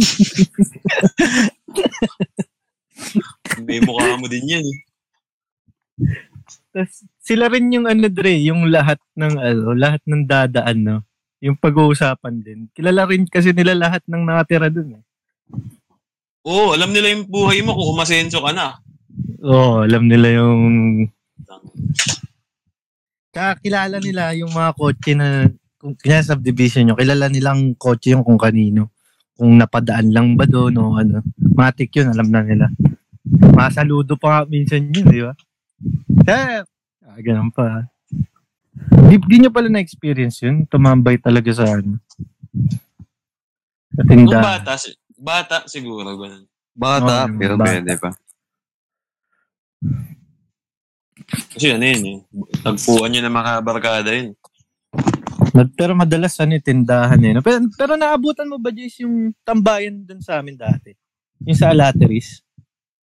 Speaker 1: may mukha mo din yan. eh.
Speaker 2: Tas sila rin yung ano Dre, yung lahat ng ano, lahat ng dadaan no. Yung pag-uusapan din. Kilala rin kasi nila lahat ng nakatira dun eh.
Speaker 1: Oo, alam nila yung buhay mo kung umasenso ka na.
Speaker 2: Oo, alam nila yung kakilala nila yung mga kotse na kung kaya subdivision nyo, kilala nilang kotse yung kung kanino. Kung napadaan lang ba doon o ano. Matik yun, alam na nila. Masaludo pa nga minsan yun, di ba? Kaya, ah, ganun pa. Di, di nyo pala na-experience yun? Tumambay talaga sa ano? Sa
Speaker 1: Nung
Speaker 2: tindahan.
Speaker 1: bata, si- bata siguro. Ganun.
Speaker 3: Bata,
Speaker 2: Oo,
Speaker 3: pero
Speaker 2: bata.
Speaker 3: pwede pa.
Speaker 1: Kasi ano yun eh. Tagpuan yun ng mga barkada yun.
Speaker 2: Mad- Pero madalas ano yung tindahan eh. no? Pero, pero naabutan mo ba, Jace, yung tambayan dun sa amin dati? Yung sa Alateris?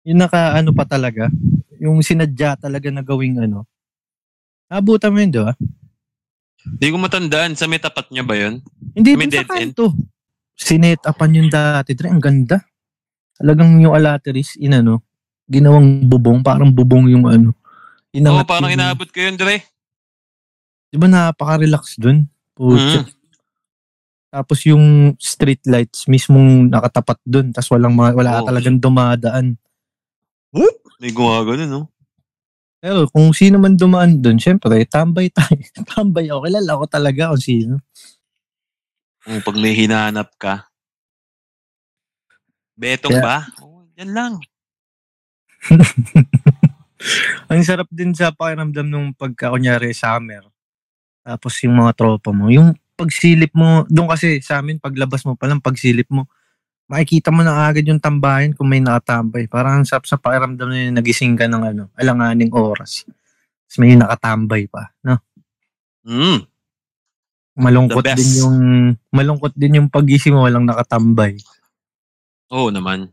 Speaker 2: Yung naka ano pa talaga? Yung sinadya talaga na gawing ano? Naabutan mo yun, di ba?
Speaker 1: Hindi ko matandaan sa may tapat niya ba yun?
Speaker 2: Hindi
Speaker 1: May
Speaker 2: dun sa
Speaker 1: dead end?
Speaker 2: kanto. Sinet upan yung dati, Dre. Ang ganda. Talagang yung Alateris, inano, ginawang bubong. Parang bubong yung ano.
Speaker 1: Oo,
Speaker 2: Inangat
Speaker 1: parang
Speaker 2: yung-
Speaker 1: inaabot ko yun, Dre.
Speaker 2: Di ba napaka-relax dun? Putya. Tapos yung street lights mismong nakatapat dun. Tapos walang mga, wala
Speaker 1: Oo.
Speaker 2: talagang dumadaan.
Speaker 1: May gumawa ganun, no?
Speaker 2: Pero kung sino man dumaan dun, syempre, tambay tayo. (laughs) tambay ako. Kilala ko talaga kung sino.
Speaker 1: Oo, Mm, pag may hinahanap ka. Betong
Speaker 2: Kaya-
Speaker 1: ba? Oo, yan lang.
Speaker 2: Ang sarap din sa pakiramdam nung pagka, kunyari, summer. Tapos yung mga tropa mo. Yung pagsilip mo, doon kasi sa amin, paglabas mo palang, pagsilip mo, makikita mo na agad yung tambayan kung may nakatambay. Parang ang sarap sa pakiramdam na yun, nagising ka ng ano, alanganing oras. Tapos may nakatambay pa. No?
Speaker 1: Mm.
Speaker 2: Malungkot
Speaker 1: The best.
Speaker 2: din yung malungkot din yung pagising mo walang nakatambay.
Speaker 1: Oo naman.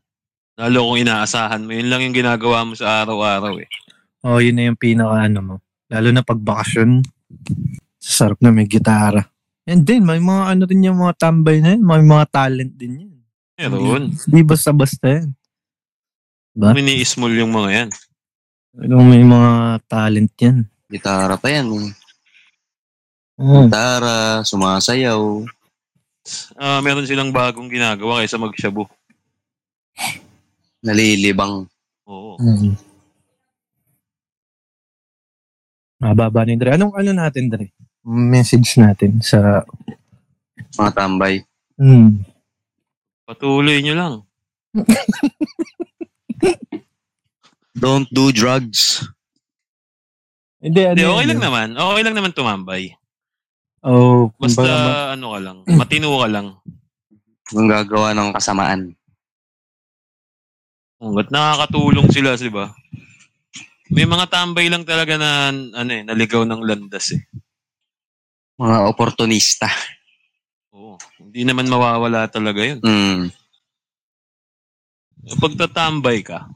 Speaker 1: Lalo kung inaasahan mo. Yun lang yung ginagawa mo sa araw-araw eh.
Speaker 2: Oh, yun na yung pinaka ano mo. Lalo na pag bakasyon. Sarap na may gitara. And then, may mga ano rin yung mga tambay na yan. May mga talent din yan.
Speaker 1: Meron.
Speaker 2: Hindi basta-basta yan. Ba?
Speaker 1: Mini-small yung mga yan.
Speaker 2: Ano, May mga talent yan.
Speaker 3: Gitara pa yan. eh.
Speaker 2: Oo.
Speaker 3: Gitara, sumasayaw.
Speaker 1: Ah, meron silang bagong ginagawa kaysa magshabu.
Speaker 3: Nalilibang.
Speaker 1: Oo.
Speaker 2: Mm. Mababa na yun, Dre. Anong ano natin, Dre? Message natin sa...
Speaker 3: Mga tambay.
Speaker 2: Mm.
Speaker 1: Patuloy nyo lang.
Speaker 3: Don't do drugs.
Speaker 2: Hindi, ano
Speaker 1: Hindi,
Speaker 2: yun,
Speaker 1: okay lang
Speaker 2: Dre?
Speaker 1: naman. Okay lang naman tumambay. Basta
Speaker 2: Oo. Oh, kumbaga, ma-
Speaker 1: ano ka lang. Matino ka lang.
Speaker 3: Kung gagawa ng kasamaan.
Speaker 1: Hanggat nakakatulong sila, di ba? May mga tambay lang talaga na ano eh, naligaw ng landas eh.
Speaker 3: Mga oportunista.
Speaker 1: Oo. Hindi naman mawawala talaga 'yun.
Speaker 3: Mm.
Speaker 1: Pag tatambay ka,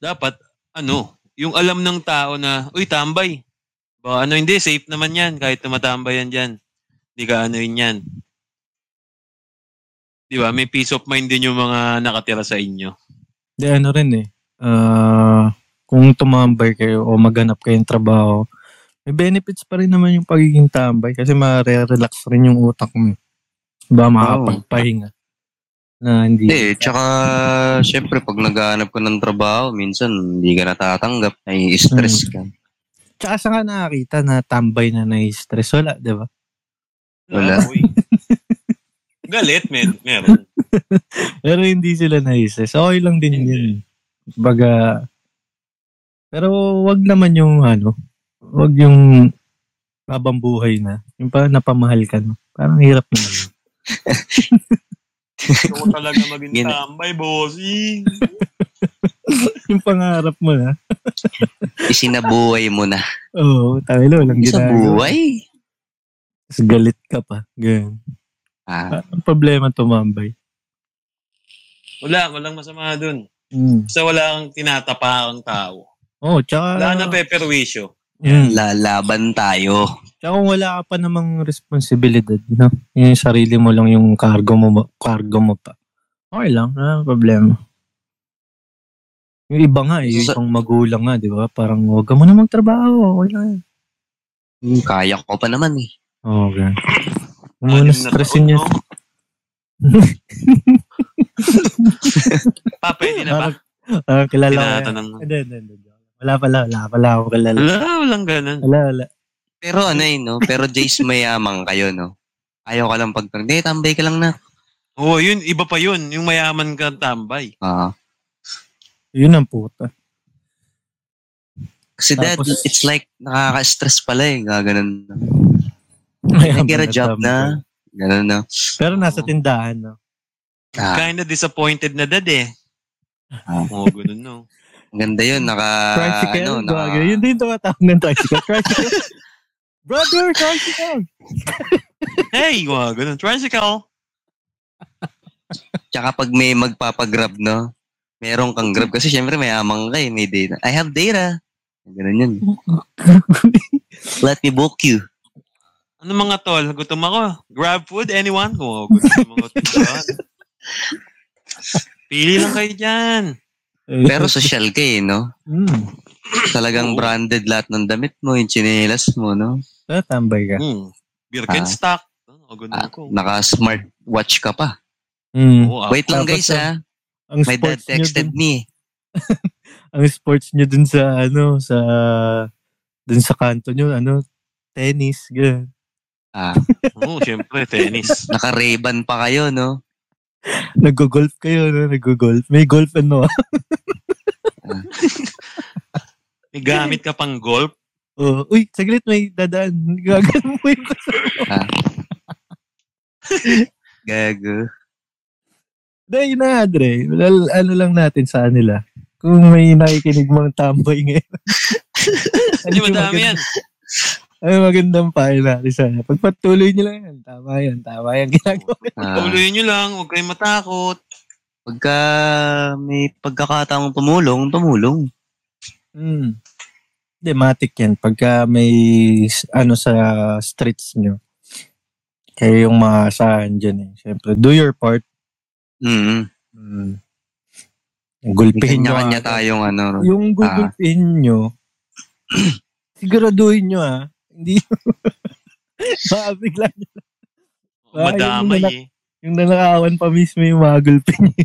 Speaker 1: dapat ano, yung alam ng tao na, uy, tambay. Baka ano hindi, safe naman 'yan kahit tumatambay yan diyan. Hindi ka ano yun yan. Di ba? May peace of mind din yung mga nakatira sa inyo.
Speaker 2: Hindi, ano rin eh. Ah, kung tumambay kayo o maghanap kayong trabaho, may benefits pa rin naman yung pagiging tambay kasi ma-relax rin yung utak mo. eh. Ba, makapagpahinga. Na hindi.
Speaker 3: Eh, tsaka, syempre, pag naghahanap ka ng trabaho, minsan, hindi ka natatanggap.
Speaker 2: Hmm.
Speaker 3: Nai-stress ka.
Speaker 2: Tsaka sa nga nakakita na tambay na nai-stress. Wala, di ba?
Speaker 3: Wala. (laughs)
Speaker 1: Ah, uy. Galit, men. Meron.
Speaker 2: Pero hindi sila na-stress. Okay lang din
Speaker 1: Hindi.
Speaker 2: yun. Baga, pero wag naman yung ano, wag yung habang buhay na. Yung pa napamahal ka no. Parang hirap naman. yun.
Speaker 1: Gusto ko talaga maging
Speaker 3: Gina-
Speaker 1: tambay, bossy.
Speaker 2: yung pangarap mo na.
Speaker 3: Isinabuhay mo na.
Speaker 2: Oo, oh, tayo lang. Walang ginagawa.
Speaker 3: Isabuhay?
Speaker 2: Tapos galit ka pa. Ganyan.
Speaker 3: Ah,
Speaker 2: Ang problema tumambay.
Speaker 1: Wala, walang masama dun.
Speaker 2: Mm.
Speaker 1: Basta wala kang tinatapakang tao.
Speaker 2: Oo, oh, tsaka...
Speaker 1: Wala na peperwisyo.
Speaker 2: Mm.
Speaker 3: lalaban tayo.
Speaker 2: Tsaka kung wala ka pa namang responsibilidad, no? Yung sarili mo lang yung cargo mo, cargo mo pa. Okay lang, wala nang problema. Yung iba nga, eh, yung
Speaker 3: Sa-
Speaker 2: ibang magulang nga, di ba? Parang huwag ka muna magtrabaho, okay lang yan. Hmm.
Speaker 3: Kaya ko pa naman eh.
Speaker 2: Okay. Muna
Speaker 1: Anim na
Speaker 2: stressin
Speaker 1: taon,
Speaker 2: niya.
Speaker 1: no? (laughs) pa, pwede na ba?
Speaker 2: (laughs) Ah, kilala ko yan.
Speaker 1: Tinatanong.
Speaker 2: Hindi, hindi, hindi. Wala pala, wala pala ako kilala.
Speaker 1: Wala, walang ganun.
Speaker 2: Wala, wala.
Speaker 3: Pero ano eh, no? Pero Jace, mayamang kayo, no? Ayaw ka lang pag... Hindi, tambay ka lang na.
Speaker 1: Oo, Oh, yun, iba pa yun. Yung mayaman ka tambay.
Speaker 3: Ah.
Speaker 2: Yun ang puta.
Speaker 3: Kasi dad,
Speaker 2: Tapos-
Speaker 3: it's like nakaka-stress pala eh. Gaganan na.
Speaker 2: Kaya
Speaker 3: I get a job na. Ganun na.
Speaker 2: Pero nasa tindahan, no?
Speaker 3: Ah,
Speaker 1: Kinda disappointed na dad eh.
Speaker 3: Ah.
Speaker 1: Oo, ganun no.
Speaker 3: ang ganda yun. Naka,
Speaker 2: Tricycle,
Speaker 3: ano, naka,
Speaker 2: bagay. Yun din tumatawag ng tricycle. Tricycle.
Speaker 3: (laughs)
Speaker 2: Brother, tricycle!
Speaker 1: Hey, mga ganun. Tricycle.
Speaker 3: tsaka pag may magpapagrab, no? Meron kang grab. Kasi syempre may amang ka eh. May data. I have data. Ganun
Speaker 2: (laughs)
Speaker 3: yun. Let me book you.
Speaker 1: Ano mga tol? Gutom ako. Grab food, anyone? Oo, gutom ako. tindahan. Pili lang kayo dyan.
Speaker 2: (laughs)
Speaker 3: Pero social ka eh, no?
Speaker 2: mm,
Speaker 1: Oo.
Speaker 3: Talagang branded lahat ng damit mo, yung chinelas mo, no?
Speaker 2: so, Ah, tambay ka.
Speaker 1: Hmm. Birkenstock. Oo, ganun
Speaker 3: Ah,
Speaker 1: ko.
Speaker 3: Naka-smart watch ka pa.
Speaker 2: Mm.
Speaker 1: Oo, ah,
Speaker 3: Wait lang
Speaker 2: Tapos,
Speaker 3: guys ha.
Speaker 2: Ang
Speaker 3: My dad
Speaker 2: sports nyo
Speaker 3: texted
Speaker 2: dun,
Speaker 3: me.
Speaker 2: ang sports nyo dun sa, ano, sa, dun sa kanto nyo, ano, tennis, ganyan.
Speaker 3: Ah,
Speaker 1: Oo, syempre, tennis.
Speaker 3: naka-Ray-Ban pa kayo, no?
Speaker 2: Nag-golf kayo, no? Nag-golf. May golf, (laughs) ano, ah.
Speaker 1: May gamit ka pang
Speaker 3: (laughs)
Speaker 1: golf.
Speaker 2: Oh, uy, saglit, may dadaan. Gagano mo yung
Speaker 3: Gago.
Speaker 2: Dahil yun na, Andre. Lal- ano lang natin sa nila. Kung may nakikinig mang tambay ngayon.
Speaker 1: (laughs)
Speaker 2: Ano
Speaker 1: Hindi
Speaker 2: yung
Speaker 1: madami yan.
Speaker 2: Ano yung magandang payo natin sana? Pagpatuloy nyo lang yan. Tama yan. Tama yan.
Speaker 1: (laughs)
Speaker 2: Ginagawa.
Speaker 3: Ah.
Speaker 1: Tuloy nyo lang. Huwag kayong matakot.
Speaker 3: Pagka may pagkakataong tumulong, tumulong.
Speaker 2: Hmm. Hindi, matik yan. Pagka may s- ano sa streets nyo, Kayo yung maasahan dyan eh. Siyempre, do your part.
Speaker 3: Mm-hmm.
Speaker 1: Hmm.
Speaker 2: Mm. Gulpihin nyo.
Speaker 3: Kanya-kanya
Speaker 2: ah.
Speaker 3: tayong ano.
Speaker 2: Yung gugulpihin nyo, (clears throat) siguraduhin nyo (laughs) ah. Hindi Mabigla nyo. Ah,
Speaker 1: Madamay
Speaker 2: yun
Speaker 1: eh.
Speaker 2: Yung nanakawan pa mismo yung mga gulpin nyo.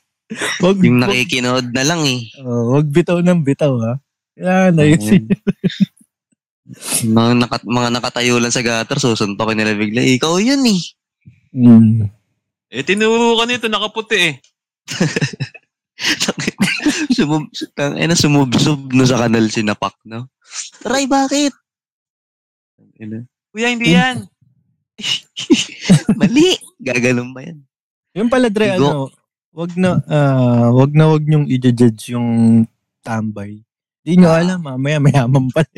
Speaker 2: (laughs) wag,
Speaker 3: Yung
Speaker 2: wag,
Speaker 3: nakikinood na lang eh.
Speaker 2: oh, wag bitaw ng bitaw ah. Yan, ayusin (laughs)
Speaker 3: Ayun. mga, naka, mga nakatayo lang sa gutter, susuntokin nila bigla. Ikaw yun eh. (laughs)
Speaker 2: Mm.
Speaker 1: Eh, tinuro ka nito, nakaputi eh.
Speaker 3: Sumub, tang, eh, na sumubsob no sa kanal si Napak, no? Ray, bakit? Ano?
Speaker 1: Kuya, hindi
Speaker 3: (laughs)
Speaker 1: yan.
Speaker 3: Mali! (laughs) Gagalong ba yan?
Speaker 2: Yung pala, Dre, ano,
Speaker 3: Go.
Speaker 2: wag na, ah, wag na wag nyong i-judge yung tambay. Di nyo alam, mamaya mayaman (laughs) pala.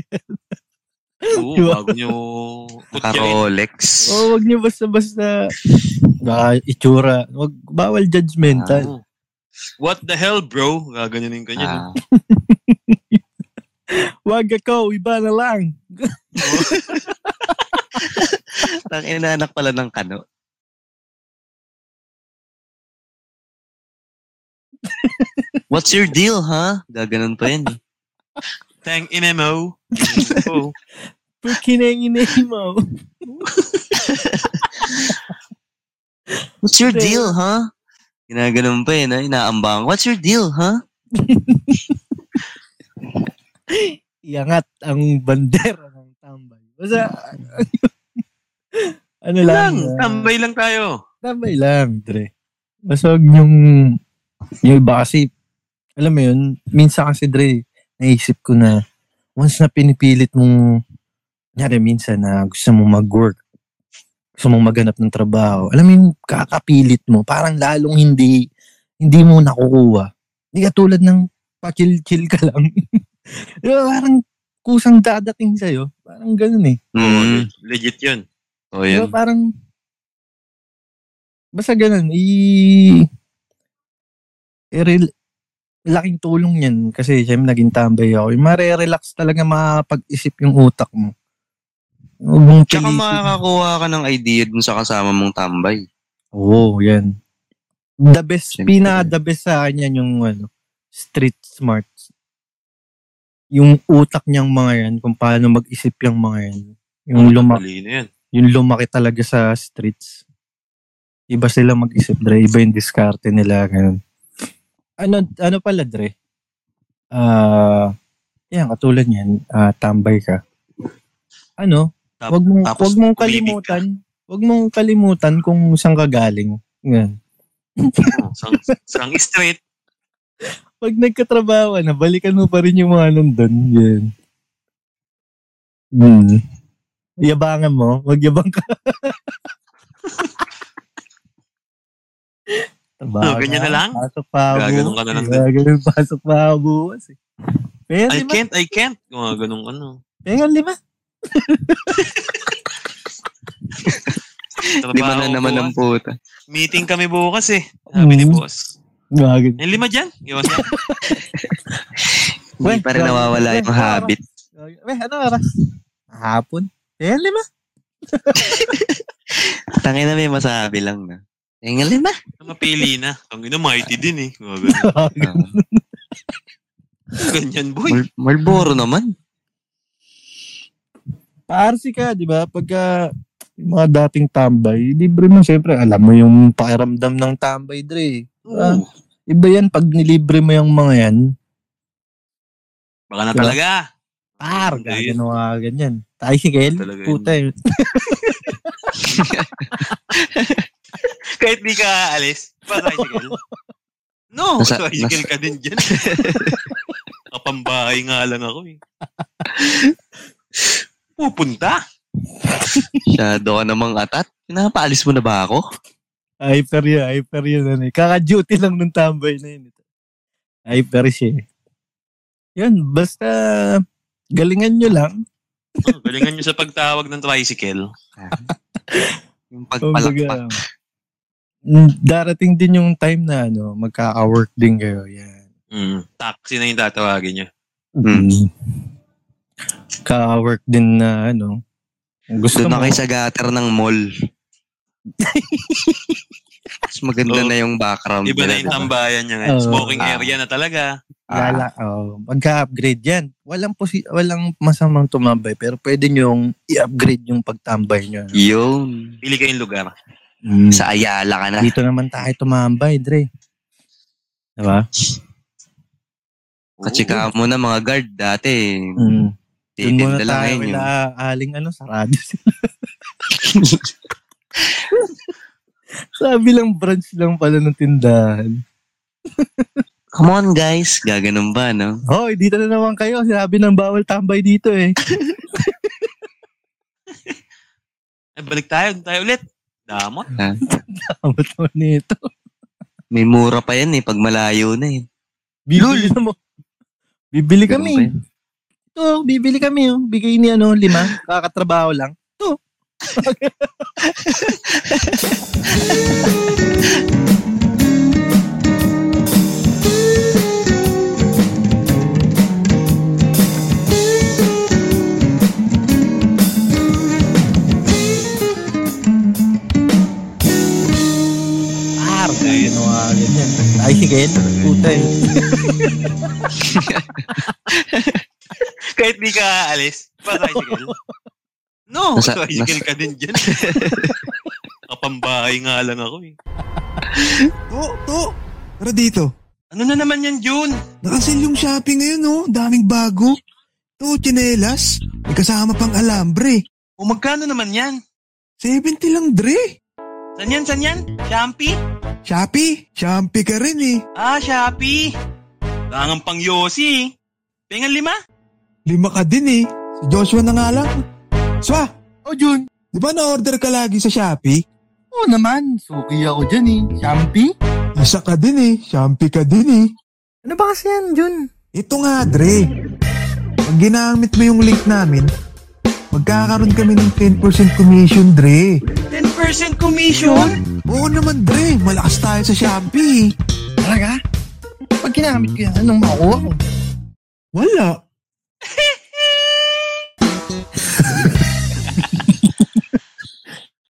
Speaker 1: Oo,
Speaker 2: Diba?
Speaker 1: bago nyo putyain.
Speaker 3: Naka-Rolex.
Speaker 2: O, Oh, wag nyo basta-basta baka itsura. Wag, bawal judgmental.
Speaker 1: Oo. What the hell, bro? Gaganin ka niya.
Speaker 3: Ah,
Speaker 2: Wag ako, iba na lang.
Speaker 3: tang inanak pala ng kano. What's your deal, ha? Huh? Gaganon pa yan. eh.
Speaker 1: Tang ina mo.
Speaker 3: (laughs)
Speaker 1: Oo.
Speaker 2: Pagkinenginay mo.
Speaker 3: What's your
Speaker 2: Pero-
Speaker 3: deal, ha? Huh? Ginaganon pa yan, ha? Inaambang. What's your deal, ha?
Speaker 2: Iangat ang bandera ng tambay. Basta, (laughs) ano lang.
Speaker 1: lang,
Speaker 2: ah,
Speaker 1: tambay lang tayo.
Speaker 2: Tambay lang, Dre. Basta huwag yung, yung iba kasi, alam mo yun, minsan kasi, Dre, naisip ko na, once na pinipilit mong, nyari minsan na gusto mong mag-work, gusto mong maghanap ng trabaho, alam mo yung kakapilit mo, parang lalong hindi, hindi mo nakukuha. Hindi ka tulad ng pa-chill-chill ka lang. (laughs) Di ba, parang kusang dadating sa'yo. Parang ganun eh.
Speaker 1: Oo,
Speaker 3: Mm.
Speaker 1: legit yun.
Speaker 3: Oh,
Speaker 2: Di ba,
Speaker 3: yun.
Speaker 2: parang, basta ganun, i, i rel- laking tulong yan. Kasi siyempre naging tambay ako. Yung marirelax talaga makapag-isip yung utak mo. Huwag mong
Speaker 3: Tsaka
Speaker 2: pilitin.
Speaker 3: makakakuha ka ng idea dun sa kasama mong tambay.
Speaker 2: Oo, yan. The best,
Speaker 3: Siyempre.
Speaker 2: pina the best sa akin yan yung ano, street smarts. Yung utak niyang mga yan, kung paano mag-isip yung mga yan. Yung luma
Speaker 1: Talino yan.
Speaker 2: yung lumaki talaga sa streets. Iba sila mag-isip, Dre. Iba yung diskarte nila. Ganun. Ano, ano pala, Dre? Ah, yan, katulad yan. ah, tambay ka. Ano?
Speaker 1: Tap-
Speaker 2: Wag mong,
Speaker 1: tapos
Speaker 2: wag mong
Speaker 1: tumibig
Speaker 2: kalimutan. Wag mong kalimutan kung saan ka galing. Yan.
Speaker 1: Oo, sang, sang straight.
Speaker 2: Pag nagkatrabaho ka na, balikan mo pa rin yung mga nandun. Yan. Hmm. Yabangan mo. Wag yabang
Speaker 1: (laughs)
Speaker 2: ka. Tabaga,
Speaker 1: Ano, ganyan na lang?
Speaker 2: Pasok pa ako.
Speaker 1: Gaganon ka na lang din.
Speaker 2: Gaganon, (laughs) pasok pa ako bukas eh. Pengan
Speaker 1: I
Speaker 2: lima.
Speaker 1: can't, I can't. Mga ganong ano.
Speaker 2: Pengan lima.
Speaker 3: Lima na
Speaker 1: Trabaho
Speaker 3: naman
Speaker 1: bukas.
Speaker 3: ang puta.
Speaker 1: Meeting kami bukas eh. Sabi ni
Speaker 2: Mm.
Speaker 1: boss.
Speaker 2: Gaganon.
Speaker 1: May lima dyan. Iwas na.
Speaker 2: Uy,
Speaker 3: Hindi pa rin
Speaker 2: grabe.
Speaker 3: nawawala
Speaker 2: Uy,
Speaker 3: yung
Speaker 2: parang-
Speaker 3: habit.
Speaker 2: Eh, ano oras? Hapon. Pengan lima.
Speaker 3: Tangin na may masabi lang na. Tingal (laughs) ba?
Speaker 1: Mapili na. Ang ina, mighty din eh. Mga
Speaker 3: (laughs)
Speaker 1: ganun.
Speaker 3: Ah,
Speaker 1: Ganyan, boy.
Speaker 3: Mal- Malboro naman.
Speaker 2: Paarsi ka, di ba? Pagka yung mga dating tambay, libre mo siyempre. Alam mo yung pakiramdam ng tambay, Dre. Ah,
Speaker 1: Oo.
Speaker 2: iba yan pag nilibre mo yung mga yan.
Speaker 1: Baka na talaga.
Speaker 2: Par,
Speaker 1: Ayun.
Speaker 2: gagano ka ganyan. Tayo si Gael,
Speaker 1: Talaga yun.
Speaker 2: puta yun.
Speaker 1: Kahit di ka alis. Tricycle. No,
Speaker 3: (laughs) Nasa-
Speaker 1: tricycle ka din
Speaker 3: (laughs)
Speaker 1: dyan. Kapambahay nga lang ako eh. Pupunta.
Speaker 3: Masyado ka namang atat. Pinapaalis mo na ba ako?
Speaker 2: Hyper yun, hyper yun. Ano, eh. Kaka-duty lang ng tambay na yun. Hyper siya. eh. Yun, basta galingan nyo lang.
Speaker 1: Oh, galingan nyo sa pagtawag ng tricycle.
Speaker 3: Yung
Speaker 2: Kumbaga,
Speaker 3: pagpalakpak.
Speaker 2: mm, Darating din yung time na ano, magkaka-work din kayo. Yan.
Speaker 1: Mm. Taxi na yung tatawagin nyo.
Speaker 3: Mm.
Speaker 2: Hmm. Ka-work din na ano. Gusto
Speaker 3: Doon na
Speaker 2: mo.
Speaker 3: kayo sa gutter ng mall. Mas
Speaker 1: Oo.
Speaker 3: maganda Oh. na yung background.
Speaker 1: Iba na
Speaker 3: nila,
Speaker 1: yung
Speaker 3: diba?
Speaker 1: tambayan niya ngayon.
Speaker 2: Oo.
Speaker 1: Smoking
Speaker 3: Ah.
Speaker 1: area na talaga.
Speaker 3: Ah,
Speaker 2: Lala, oh, magka-upgrade yan. Walang, posi- walang masamang tumambay, pero pwede niyong i-upgrade yung pagtambay niyo.
Speaker 3: yun.
Speaker 1: Pili kayong lugar.
Speaker 2: Mm.
Speaker 3: Sa Ayala ka na.
Speaker 2: Dito naman tayo tumambay, Dre. Diba?
Speaker 3: Kachika mo na mga guard dati.
Speaker 2: Mm. Doon muna tayo
Speaker 3: Titinda lang ngayon yun.
Speaker 2: wala aling ano, sarado (laughs) sila. Sabi lang branch lang pala ng tindahan.
Speaker 3: Come on guys. Gaganon ba, no?
Speaker 2: Hoy, dito na naman kayo. Sinabi ng bawal tambay dito eh. (laughs)
Speaker 1: Eh, balik tayo. Doon tayo ulit. Damot.
Speaker 2: Tama to nito.
Speaker 3: May mura pa yan eh, pag malayo na eh.
Speaker 2: Bibili na mo. Bibili
Speaker 3: Ganun ba
Speaker 2: kami.
Speaker 3: yun?
Speaker 2: Ito, bibili kami. oh. Bigay ni ano, lima. Kakatrabaho lang. Par, kaya ginawa ganyan. ano Ay, sige. Puta eh.
Speaker 1: Kahit di ka aalis. Tricycle. No,
Speaker 3: Nasa-
Speaker 1: tricycle ka din dyan. Kapambahay nga lang ako eh.
Speaker 6: To, to. Pero dito,
Speaker 1: Ano na naman yan, June?
Speaker 6: nakasil yung shopping ngayon, no? Daming bago. To, chinelas. May kasama pang alambre.
Speaker 1: O magkano naman yan?
Speaker 6: 70 lang, Dre.
Speaker 1: San yan, san yan? Shopee?
Speaker 6: Shopee, Shopee ka rin eh.
Speaker 1: Ah, Shopee. Langang pang Yossi eh. Pengan lima?
Speaker 6: Lima ka din eh. Si Joshua na nga lang. Swa,
Speaker 2: Oh, Jun.
Speaker 6: di ba na-order ka lagi sa Shopee?
Speaker 2: Oo naman. Suki ako dyan eh. Champi?
Speaker 6: Isa ka din eh. Shopee ka din eh.
Speaker 2: Ano ba kasi yan, Jun?
Speaker 6: Ito nga, Dre. Pag ginamit mo yung link namin, magkakaroon kami ng 10% commission, Dre.
Speaker 1: 10% commission?
Speaker 6: Oo naman, Dre. Malakas tayo sa Shopee.
Speaker 2: Talaga? Pag ginamit ko yan, anong makuha ko?
Speaker 6: Wala.